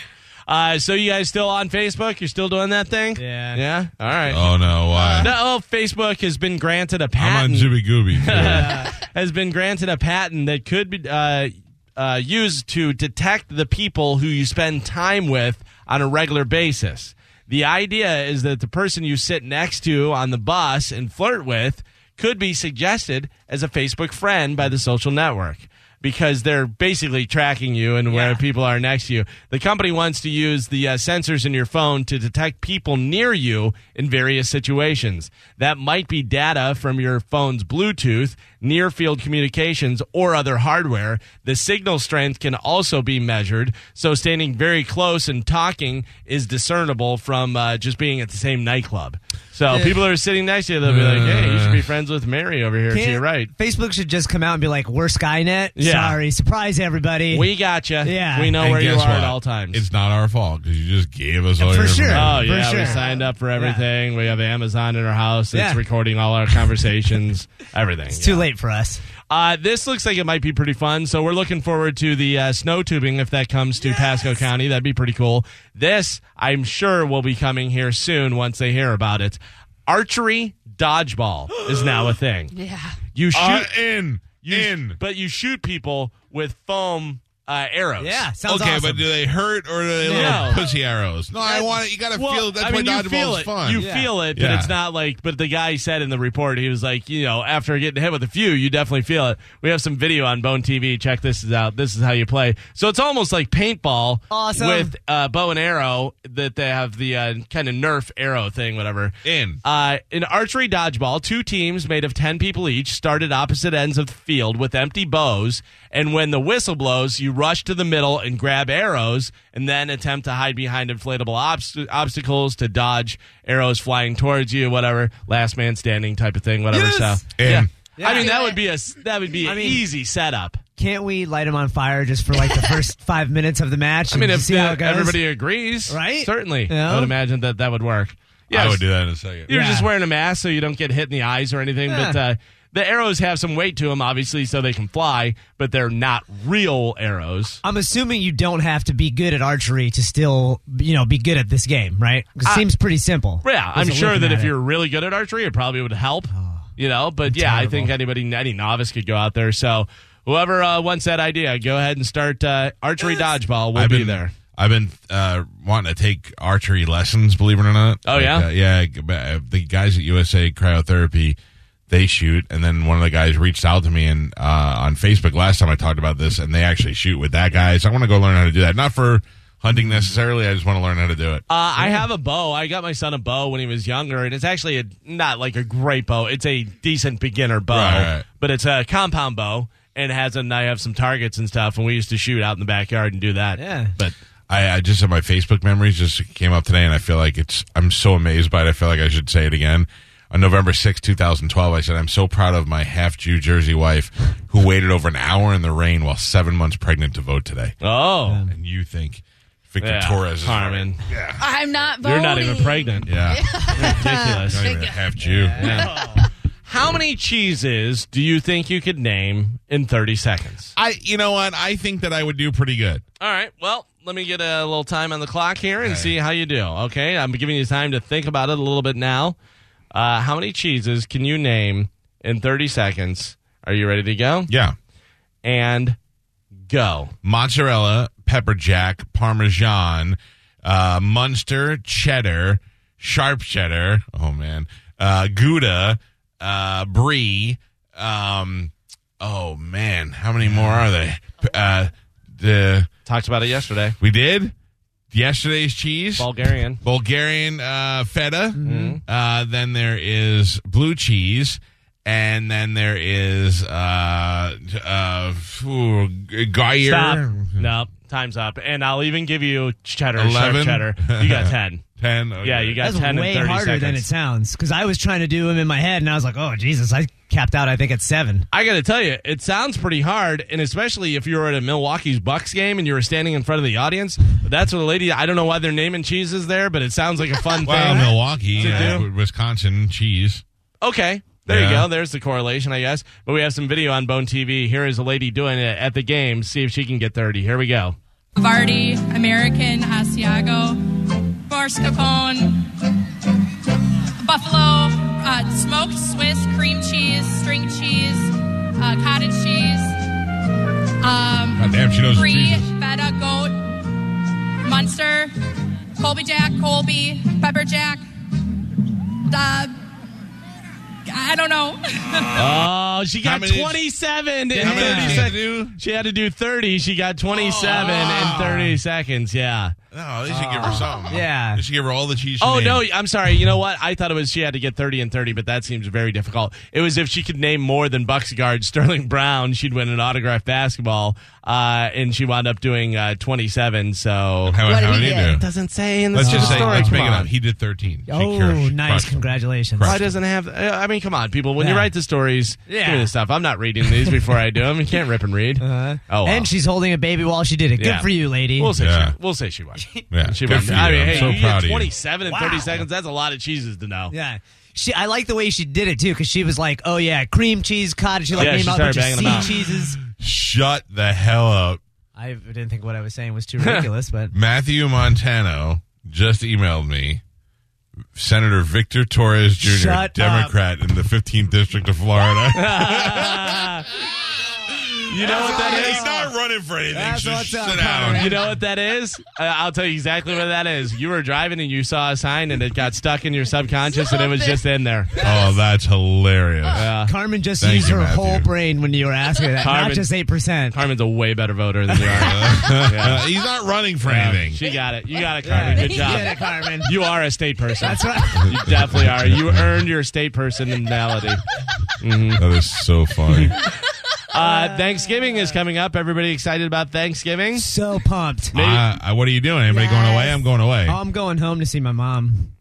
[SPEAKER 3] Uh, so you guys still on Facebook? You're still doing that thing?
[SPEAKER 2] Yeah.
[SPEAKER 3] Yeah? All right.
[SPEAKER 1] oh no! Why?
[SPEAKER 3] No, oh, Facebook has been granted
[SPEAKER 1] I'm
[SPEAKER 3] a
[SPEAKER 1] on
[SPEAKER 3] patent.
[SPEAKER 1] Zooby Gooby.
[SPEAKER 3] uh, has been granted a patent that could be uh, uh, used to detect the people who you spend time with on a regular basis. The idea is that the person you sit next to on the bus and flirt with could be suggested as a Facebook friend by the social network because they're basically tracking you and where people are next to you. The company wants to use the uh, sensors in your phone to detect people near you in various situations. That might be data from your phone's Bluetooth, near field communications, or other hardware. The signal strength can also be measured, so standing very close and talking is discernible from uh, just being at the same nightclub. So people are sitting next to you, they'll be like, hey, you should be friends with Mary over here to your right.
[SPEAKER 2] Facebook should just come out and be like, "We're Skynet.
[SPEAKER 3] Yeah.
[SPEAKER 2] Sorry, surprise everybody."
[SPEAKER 3] We got you.
[SPEAKER 2] Yeah.
[SPEAKER 3] We know
[SPEAKER 1] And
[SPEAKER 3] where you are
[SPEAKER 1] guess
[SPEAKER 3] at
[SPEAKER 1] what?
[SPEAKER 3] all times.
[SPEAKER 1] It's not our fault because you just gave us all
[SPEAKER 2] For
[SPEAKER 1] your
[SPEAKER 2] sure.
[SPEAKER 1] information.
[SPEAKER 3] Oh
[SPEAKER 2] For
[SPEAKER 3] yeah, we
[SPEAKER 2] sure.
[SPEAKER 3] signed up for everything. We have Amazon in our house. It's
[SPEAKER 2] Yeah.
[SPEAKER 3] recording all our conversations, everything.
[SPEAKER 2] it's too late for us.
[SPEAKER 3] Uh, this looks like it might be pretty fun. So we're looking forward to the uh, snow tubing if that comes to Pasco County. That'd be pretty cool. This I'm sure will be coming here soon once they hear about it. Archery dodgeball is now a thing.
[SPEAKER 4] Yeah.
[SPEAKER 3] You shoot
[SPEAKER 1] Uh, in,
[SPEAKER 3] you-
[SPEAKER 1] in.
[SPEAKER 3] but you shoot people with foam. uh, arrows.
[SPEAKER 2] Yeah, sounds
[SPEAKER 1] okay,
[SPEAKER 2] awesome.
[SPEAKER 1] but do they hurt or do they look
[SPEAKER 3] No.
[SPEAKER 1] like pussy arrows? No, I
[SPEAKER 3] That's-
[SPEAKER 1] want it. You got to
[SPEAKER 3] well,
[SPEAKER 1] feel. That's
[SPEAKER 3] I mean,
[SPEAKER 1] why
[SPEAKER 3] you feel
[SPEAKER 1] dodgeball's
[SPEAKER 3] it.
[SPEAKER 1] fun.
[SPEAKER 3] You
[SPEAKER 2] Yeah.
[SPEAKER 3] feel it, but
[SPEAKER 1] Yeah.
[SPEAKER 3] it's not like. But the guy said in the report, he was like, you know, after getting hit with a few, you definitely feel it. We have some video on Bone TV. Check this is out. This is how you play. So it's almost like paintball,
[SPEAKER 2] Awesome.
[SPEAKER 3] with uh, bow and arrow that they have the uh, kind of Nerf arrow thing, whatever.
[SPEAKER 1] In.
[SPEAKER 3] Uh, in archery dodgeball, two teams made of 10 people each started opposite ends of the field with empty bows. And when the whistle blows, you rush to the middle and grab arrows and then attempt to hide behind inflatable obst- obstacles to dodge arrows flying towards you, whatever. Last man standing type of thing, whatever.
[SPEAKER 2] Yes.
[SPEAKER 3] So,
[SPEAKER 1] In.
[SPEAKER 3] I mean,
[SPEAKER 4] Yeah.
[SPEAKER 3] that would be a s- that would be an
[SPEAKER 2] mean-
[SPEAKER 3] easy setup.
[SPEAKER 2] Can't we light him on fire just for like the first five minutes of the match?
[SPEAKER 3] I mean,
[SPEAKER 2] and
[SPEAKER 3] if
[SPEAKER 2] see how
[SPEAKER 3] that-
[SPEAKER 2] it goes?
[SPEAKER 3] everybody agrees,
[SPEAKER 2] Right?
[SPEAKER 3] Certainly,
[SPEAKER 2] Yeah.
[SPEAKER 3] I would imagine that that would work.
[SPEAKER 1] I
[SPEAKER 3] Yes.
[SPEAKER 1] would do that in a second.
[SPEAKER 3] You're
[SPEAKER 2] Yeah.
[SPEAKER 3] just wearing a mask so you don't get hit in the eyes or anything. But
[SPEAKER 2] Yeah.
[SPEAKER 3] uh, the arrows have some weight to them, obviously, so they can fly, but they're not real arrows.
[SPEAKER 2] I'm assuming you don't have to be good at archery to still, you know, be good at this game, right? 'Cause it seems pretty simple.
[SPEAKER 3] Yeah, I'm
[SPEAKER 2] Just
[SPEAKER 3] sure
[SPEAKER 2] looking
[SPEAKER 3] that
[SPEAKER 2] at
[SPEAKER 3] if
[SPEAKER 2] it. Oh,
[SPEAKER 3] you're really good at archery, it probably would help. you know, but yeah, I think anybody, any novice could go out there. So whoever uh, wants that idea, go ahead and start uh, archery dodgeball. We'll
[SPEAKER 1] I've
[SPEAKER 3] be
[SPEAKER 1] been
[SPEAKER 3] there.
[SPEAKER 1] I've been uh, wanting to take archery lessons. Believe it or not.
[SPEAKER 3] Oh,
[SPEAKER 1] Like,
[SPEAKER 3] yeah?
[SPEAKER 1] uh, yeah. g- but, uh, The guys at USA Cryotherapy, they shoot, and then one of the guys reached out to me and uh, on Facebook last time I talked about this, and they actually shoot with that guy. So I want to go learn how to do that. Not for hunting necessarily. I just want to learn how to do it.
[SPEAKER 3] Uh, I have a bow. I got my son a bow when he was younger, and it's actually a, not like a great bow. It's a decent beginner bow,
[SPEAKER 1] Right, right.
[SPEAKER 3] but it's a compound bow and it has a I have some targets and stuff. And we used to shoot out in the backyard and do that.
[SPEAKER 2] Yeah.
[SPEAKER 3] but
[SPEAKER 1] I, I just have my Facebook memories just came up today, and I feel like it's. I'm so amazed by it. I feel like I should say it again. On November sixth, two 2012, I said, I'm so proud of my half Jew Jersey wife who waited over an hour in the rain while seven months pregnant to vote today.
[SPEAKER 3] oh,
[SPEAKER 1] And you think Victor
[SPEAKER 3] yeah.
[SPEAKER 1] Torres is.
[SPEAKER 3] Carmen,
[SPEAKER 4] I'm not voting.
[SPEAKER 3] you're not even pregnant.
[SPEAKER 1] Yeah.
[SPEAKER 3] Ridiculous.
[SPEAKER 1] Not even a half Jew.
[SPEAKER 3] How many cheeses do you think you could name in 30 seconds?
[SPEAKER 1] I, you know what? I think that I would do pretty good.
[SPEAKER 3] All right. Well, let me get a little time on the clock here and see how you do. Okay. I'm giving you time to think about it a little bit now. Uh, how many cheeses can you name in 30 seconds? Are you ready to go?
[SPEAKER 1] Yeah.
[SPEAKER 3] And go.
[SPEAKER 1] mozzarella, pepper jack, parmesan, uh, Munster, cheddar, sharp cheddar. Oh man, uh, Gouda, uh, brie. Um, oh man, how many more are they? P- Uh, the
[SPEAKER 3] Talked about it yesterday.
[SPEAKER 1] we did yesterday's cheese.
[SPEAKER 3] Bulgarian.
[SPEAKER 1] Bulgarian uh, feta. Uh, then there is blue cheese. And then there is uh, uh, ooh, Gruyere.
[SPEAKER 3] Stop. No, time's up. And I'll even give you cheddar, sharp
[SPEAKER 1] 11?
[SPEAKER 3] cheddar. You got 10.
[SPEAKER 1] 10. okay.
[SPEAKER 3] Yeah, you got
[SPEAKER 2] That's
[SPEAKER 3] 10
[SPEAKER 2] way
[SPEAKER 3] in 30
[SPEAKER 2] harder
[SPEAKER 3] seconds.
[SPEAKER 2] than it sounds. Because I was trying to do them in my head, and I was like, oh Jesus, I capped out. I think at seven.
[SPEAKER 3] I got to tell you, it sounds pretty hard, and especially if you were at a Milwaukee's Bucks game and you were standing in front of the audience. That's what a lady. I don't know why they're naming cheeses there, but it sounds like a fun
[SPEAKER 1] Well,
[SPEAKER 3] thing.
[SPEAKER 1] Milwaukee,
[SPEAKER 3] To
[SPEAKER 1] uh,
[SPEAKER 3] do.
[SPEAKER 1] W- Wisconsin cheese.
[SPEAKER 3] Okay, there you
[SPEAKER 1] Yeah.
[SPEAKER 3] go. There's the correlation, I guess. But we have some video on Bone TV. Here is a lady doing it at the game. See if she can get thirty. Here we go.
[SPEAKER 7] Vardy, American, Asiago, Barscapone, Buffalo, uh, smoked Swiss cream cheese, string cheese, uh, cottage cheese, um,
[SPEAKER 1] God damn, she knows the
[SPEAKER 7] brie,
[SPEAKER 1] cheeses.
[SPEAKER 7] feta, goat, Munster, Colby Jack, Colby, Pepper Jack, uh, I don't know.
[SPEAKER 3] Oh, she
[SPEAKER 1] How
[SPEAKER 3] got
[SPEAKER 1] many-
[SPEAKER 3] twenty-seven in
[SPEAKER 1] How many
[SPEAKER 3] thirty
[SPEAKER 1] did
[SPEAKER 3] seconds.
[SPEAKER 1] you do? Oh.
[SPEAKER 3] She had to do thirty. She got twenty-seven in thirty seconds. Yeah.
[SPEAKER 1] No, they should give her something.
[SPEAKER 2] yeah.
[SPEAKER 1] They should give her all the cheese. she
[SPEAKER 3] Oh
[SPEAKER 1] named.
[SPEAKER 3] no, I'm sorry. You know what? I thought it was she had to get 30 and 30, but that seems very difficult. It was if she could name more than Bucks guard Sterling Brown, she'd win an autographed basketball, uh, and she wound up doing uh, 27. So
[SPEAKER 1] How,
[SPEAKER 4] What
[SPEAKER 1] how
[SPEAKER 4] did
[SPEAKER 1] did
[SPEAKER 4] he
[SPEAKER 1] he
[SPEAKER 4] do?
[SPEAKER 1] do?
[SPEAKER 3] doesn't say in the
[SPEAKER 1] Let's just say,
[SPEAKER 3] story.
[SPEAKER 1] let's make it
[SPEAKER 3] Come
[SPEAKER 1] up.
[SPEAKER 3] on.
[SPEAKER 1] He did 13. She
[SPEAKER 2] Oh,
[SPEAKER 1] cured-
[SPEAKER 2] nice!
[SPEAKER 1] crushed him.
[SPEAKER 2] Congratulations.
[SPEAKER 3] Why doesn't it have? uh, I mean, come on, people. When you
[SPEAKER 2] Yeah.
[SPEAKER 3] write the stories, give me
[SPEAKER 2] Yeah.
[SPEAKER 3] the stuff. I'm not reading these before I do them. You can't rip and read.
[SPEAKER 2] Uh,
[SPEAKER 3] Oh, well.
[SPEAKER 2] And she's holding a baby while she did it.
[SPEAKER 3] Yeah.
[SPEAKER 2] Good for you, lady.
[SPEAKER 3] We'll say
[SPEAKER 1] Yeah.
[SPEAKER 3] she. We'll say she won.
[SPEAKER 1] Yeah,
[SPEAKER 3] She
[SPEAKER 1] good
[SPEAKER 3] won.
[SPEAKER 1] for you.
[SPEAKER 3] I mean,
[SPEAKER 1] I'm
[SPEAKER 3] hey,
[SPEAKER 1] so
[SPEAKER 3] you get
[SPEAKER 1] proud of you.
[SPEAKER 3] 27 in 30
[SPEAKER 2] Wow.
[SPEAKER 3] seconds. That's a lot of cheeses to know.
[SPEAKER 2] Yeah. She, I like the way she did it too, because she was like, "Oh yeah, cream cheese, cottage." She like
[SPEAKER 3] Yeah,
[SPEAKER 2] named
[SPEAKER 3] she
[SPEAKER 2] out a
[SPEAKER 3] started
[SPEAKER 2] bunch of
[SPEAKER 3] banging
[SPEAKER 2] sea
[SPEAKER 3] them out.
[SPEAKER 2] cheeses.
[SPEAKER 1] Shut the hell up.
[SPEAKER 2] I didn't think what I was saying was too ridiculous, but
[SPEAKER 1] Matthew Montano just emailed me. Senator Victor Torres Jr.,
[SPEAKER 2] Shut up.
[SPEAKER 1] Democrat in the 15th District of Florida.
[SPEAKER 3] You know what that is?
[SPEAKER 1] He's not running for anything. Oh,
[SPEAKER 2] That's
[SPEAKER 1] so
[SPEAKER 2] what's
[SPEAKER 1] sit
[SPEAKER 2] up,
[SPEAKER 1] down.
[SPEAKER 2] Conrad.
[SPEAKER 3] You know what that is? Uh, I'll tell you exactly what that is. You were driving and you saw a sign and it got stuck in your subconscious and it was just in there.
[SPEAKER 1] Oh, that's hilarious.
[SPEAKER 3] Yeah.
[SPEAKER 2] Carmen just
[SPEAKER 1] Thank
[SPEAKER 2] used
[SPEAKER 1] you,
[SPEAKER 2] her
[SPEAKER 1] Matthew.
[SPEAKER 2] whole brain when you were asking her that.
[SPEAKER 3] Carmen-
[SPEAKER 2] Not just 8%.
[SPEAKER 3] Carmen's a way better voter than you are.
[SPEAKER 1] Uh, he's not running for anything.
[SPEAKER 3] She got it. You got it, Carmen. Good
[SPEAKER 2] You did
[SPEAKER 3] job.
[SPEAKER 2] it, Carmen.
[SPEAKER 3] You are a state person.
[SPEAKER 2] That's right.
[SPEAKER 3] You definitely are. You earned your state personality.
[SPEAKER 1] That is so funny.
[SPEAKER 3] Uh, Thanksgiving is coming up. Everybody excited about Thanksgiving?
[SPEAKER 2] So pumped.
[SPEAKER 1] Uh, uh, what are you doing? Anybody going away? I'm going away.
[SPEAKER 2] Oh,
[SPEAKER 3] Um,
[SPEAKER 2] I'm going home to see my mom.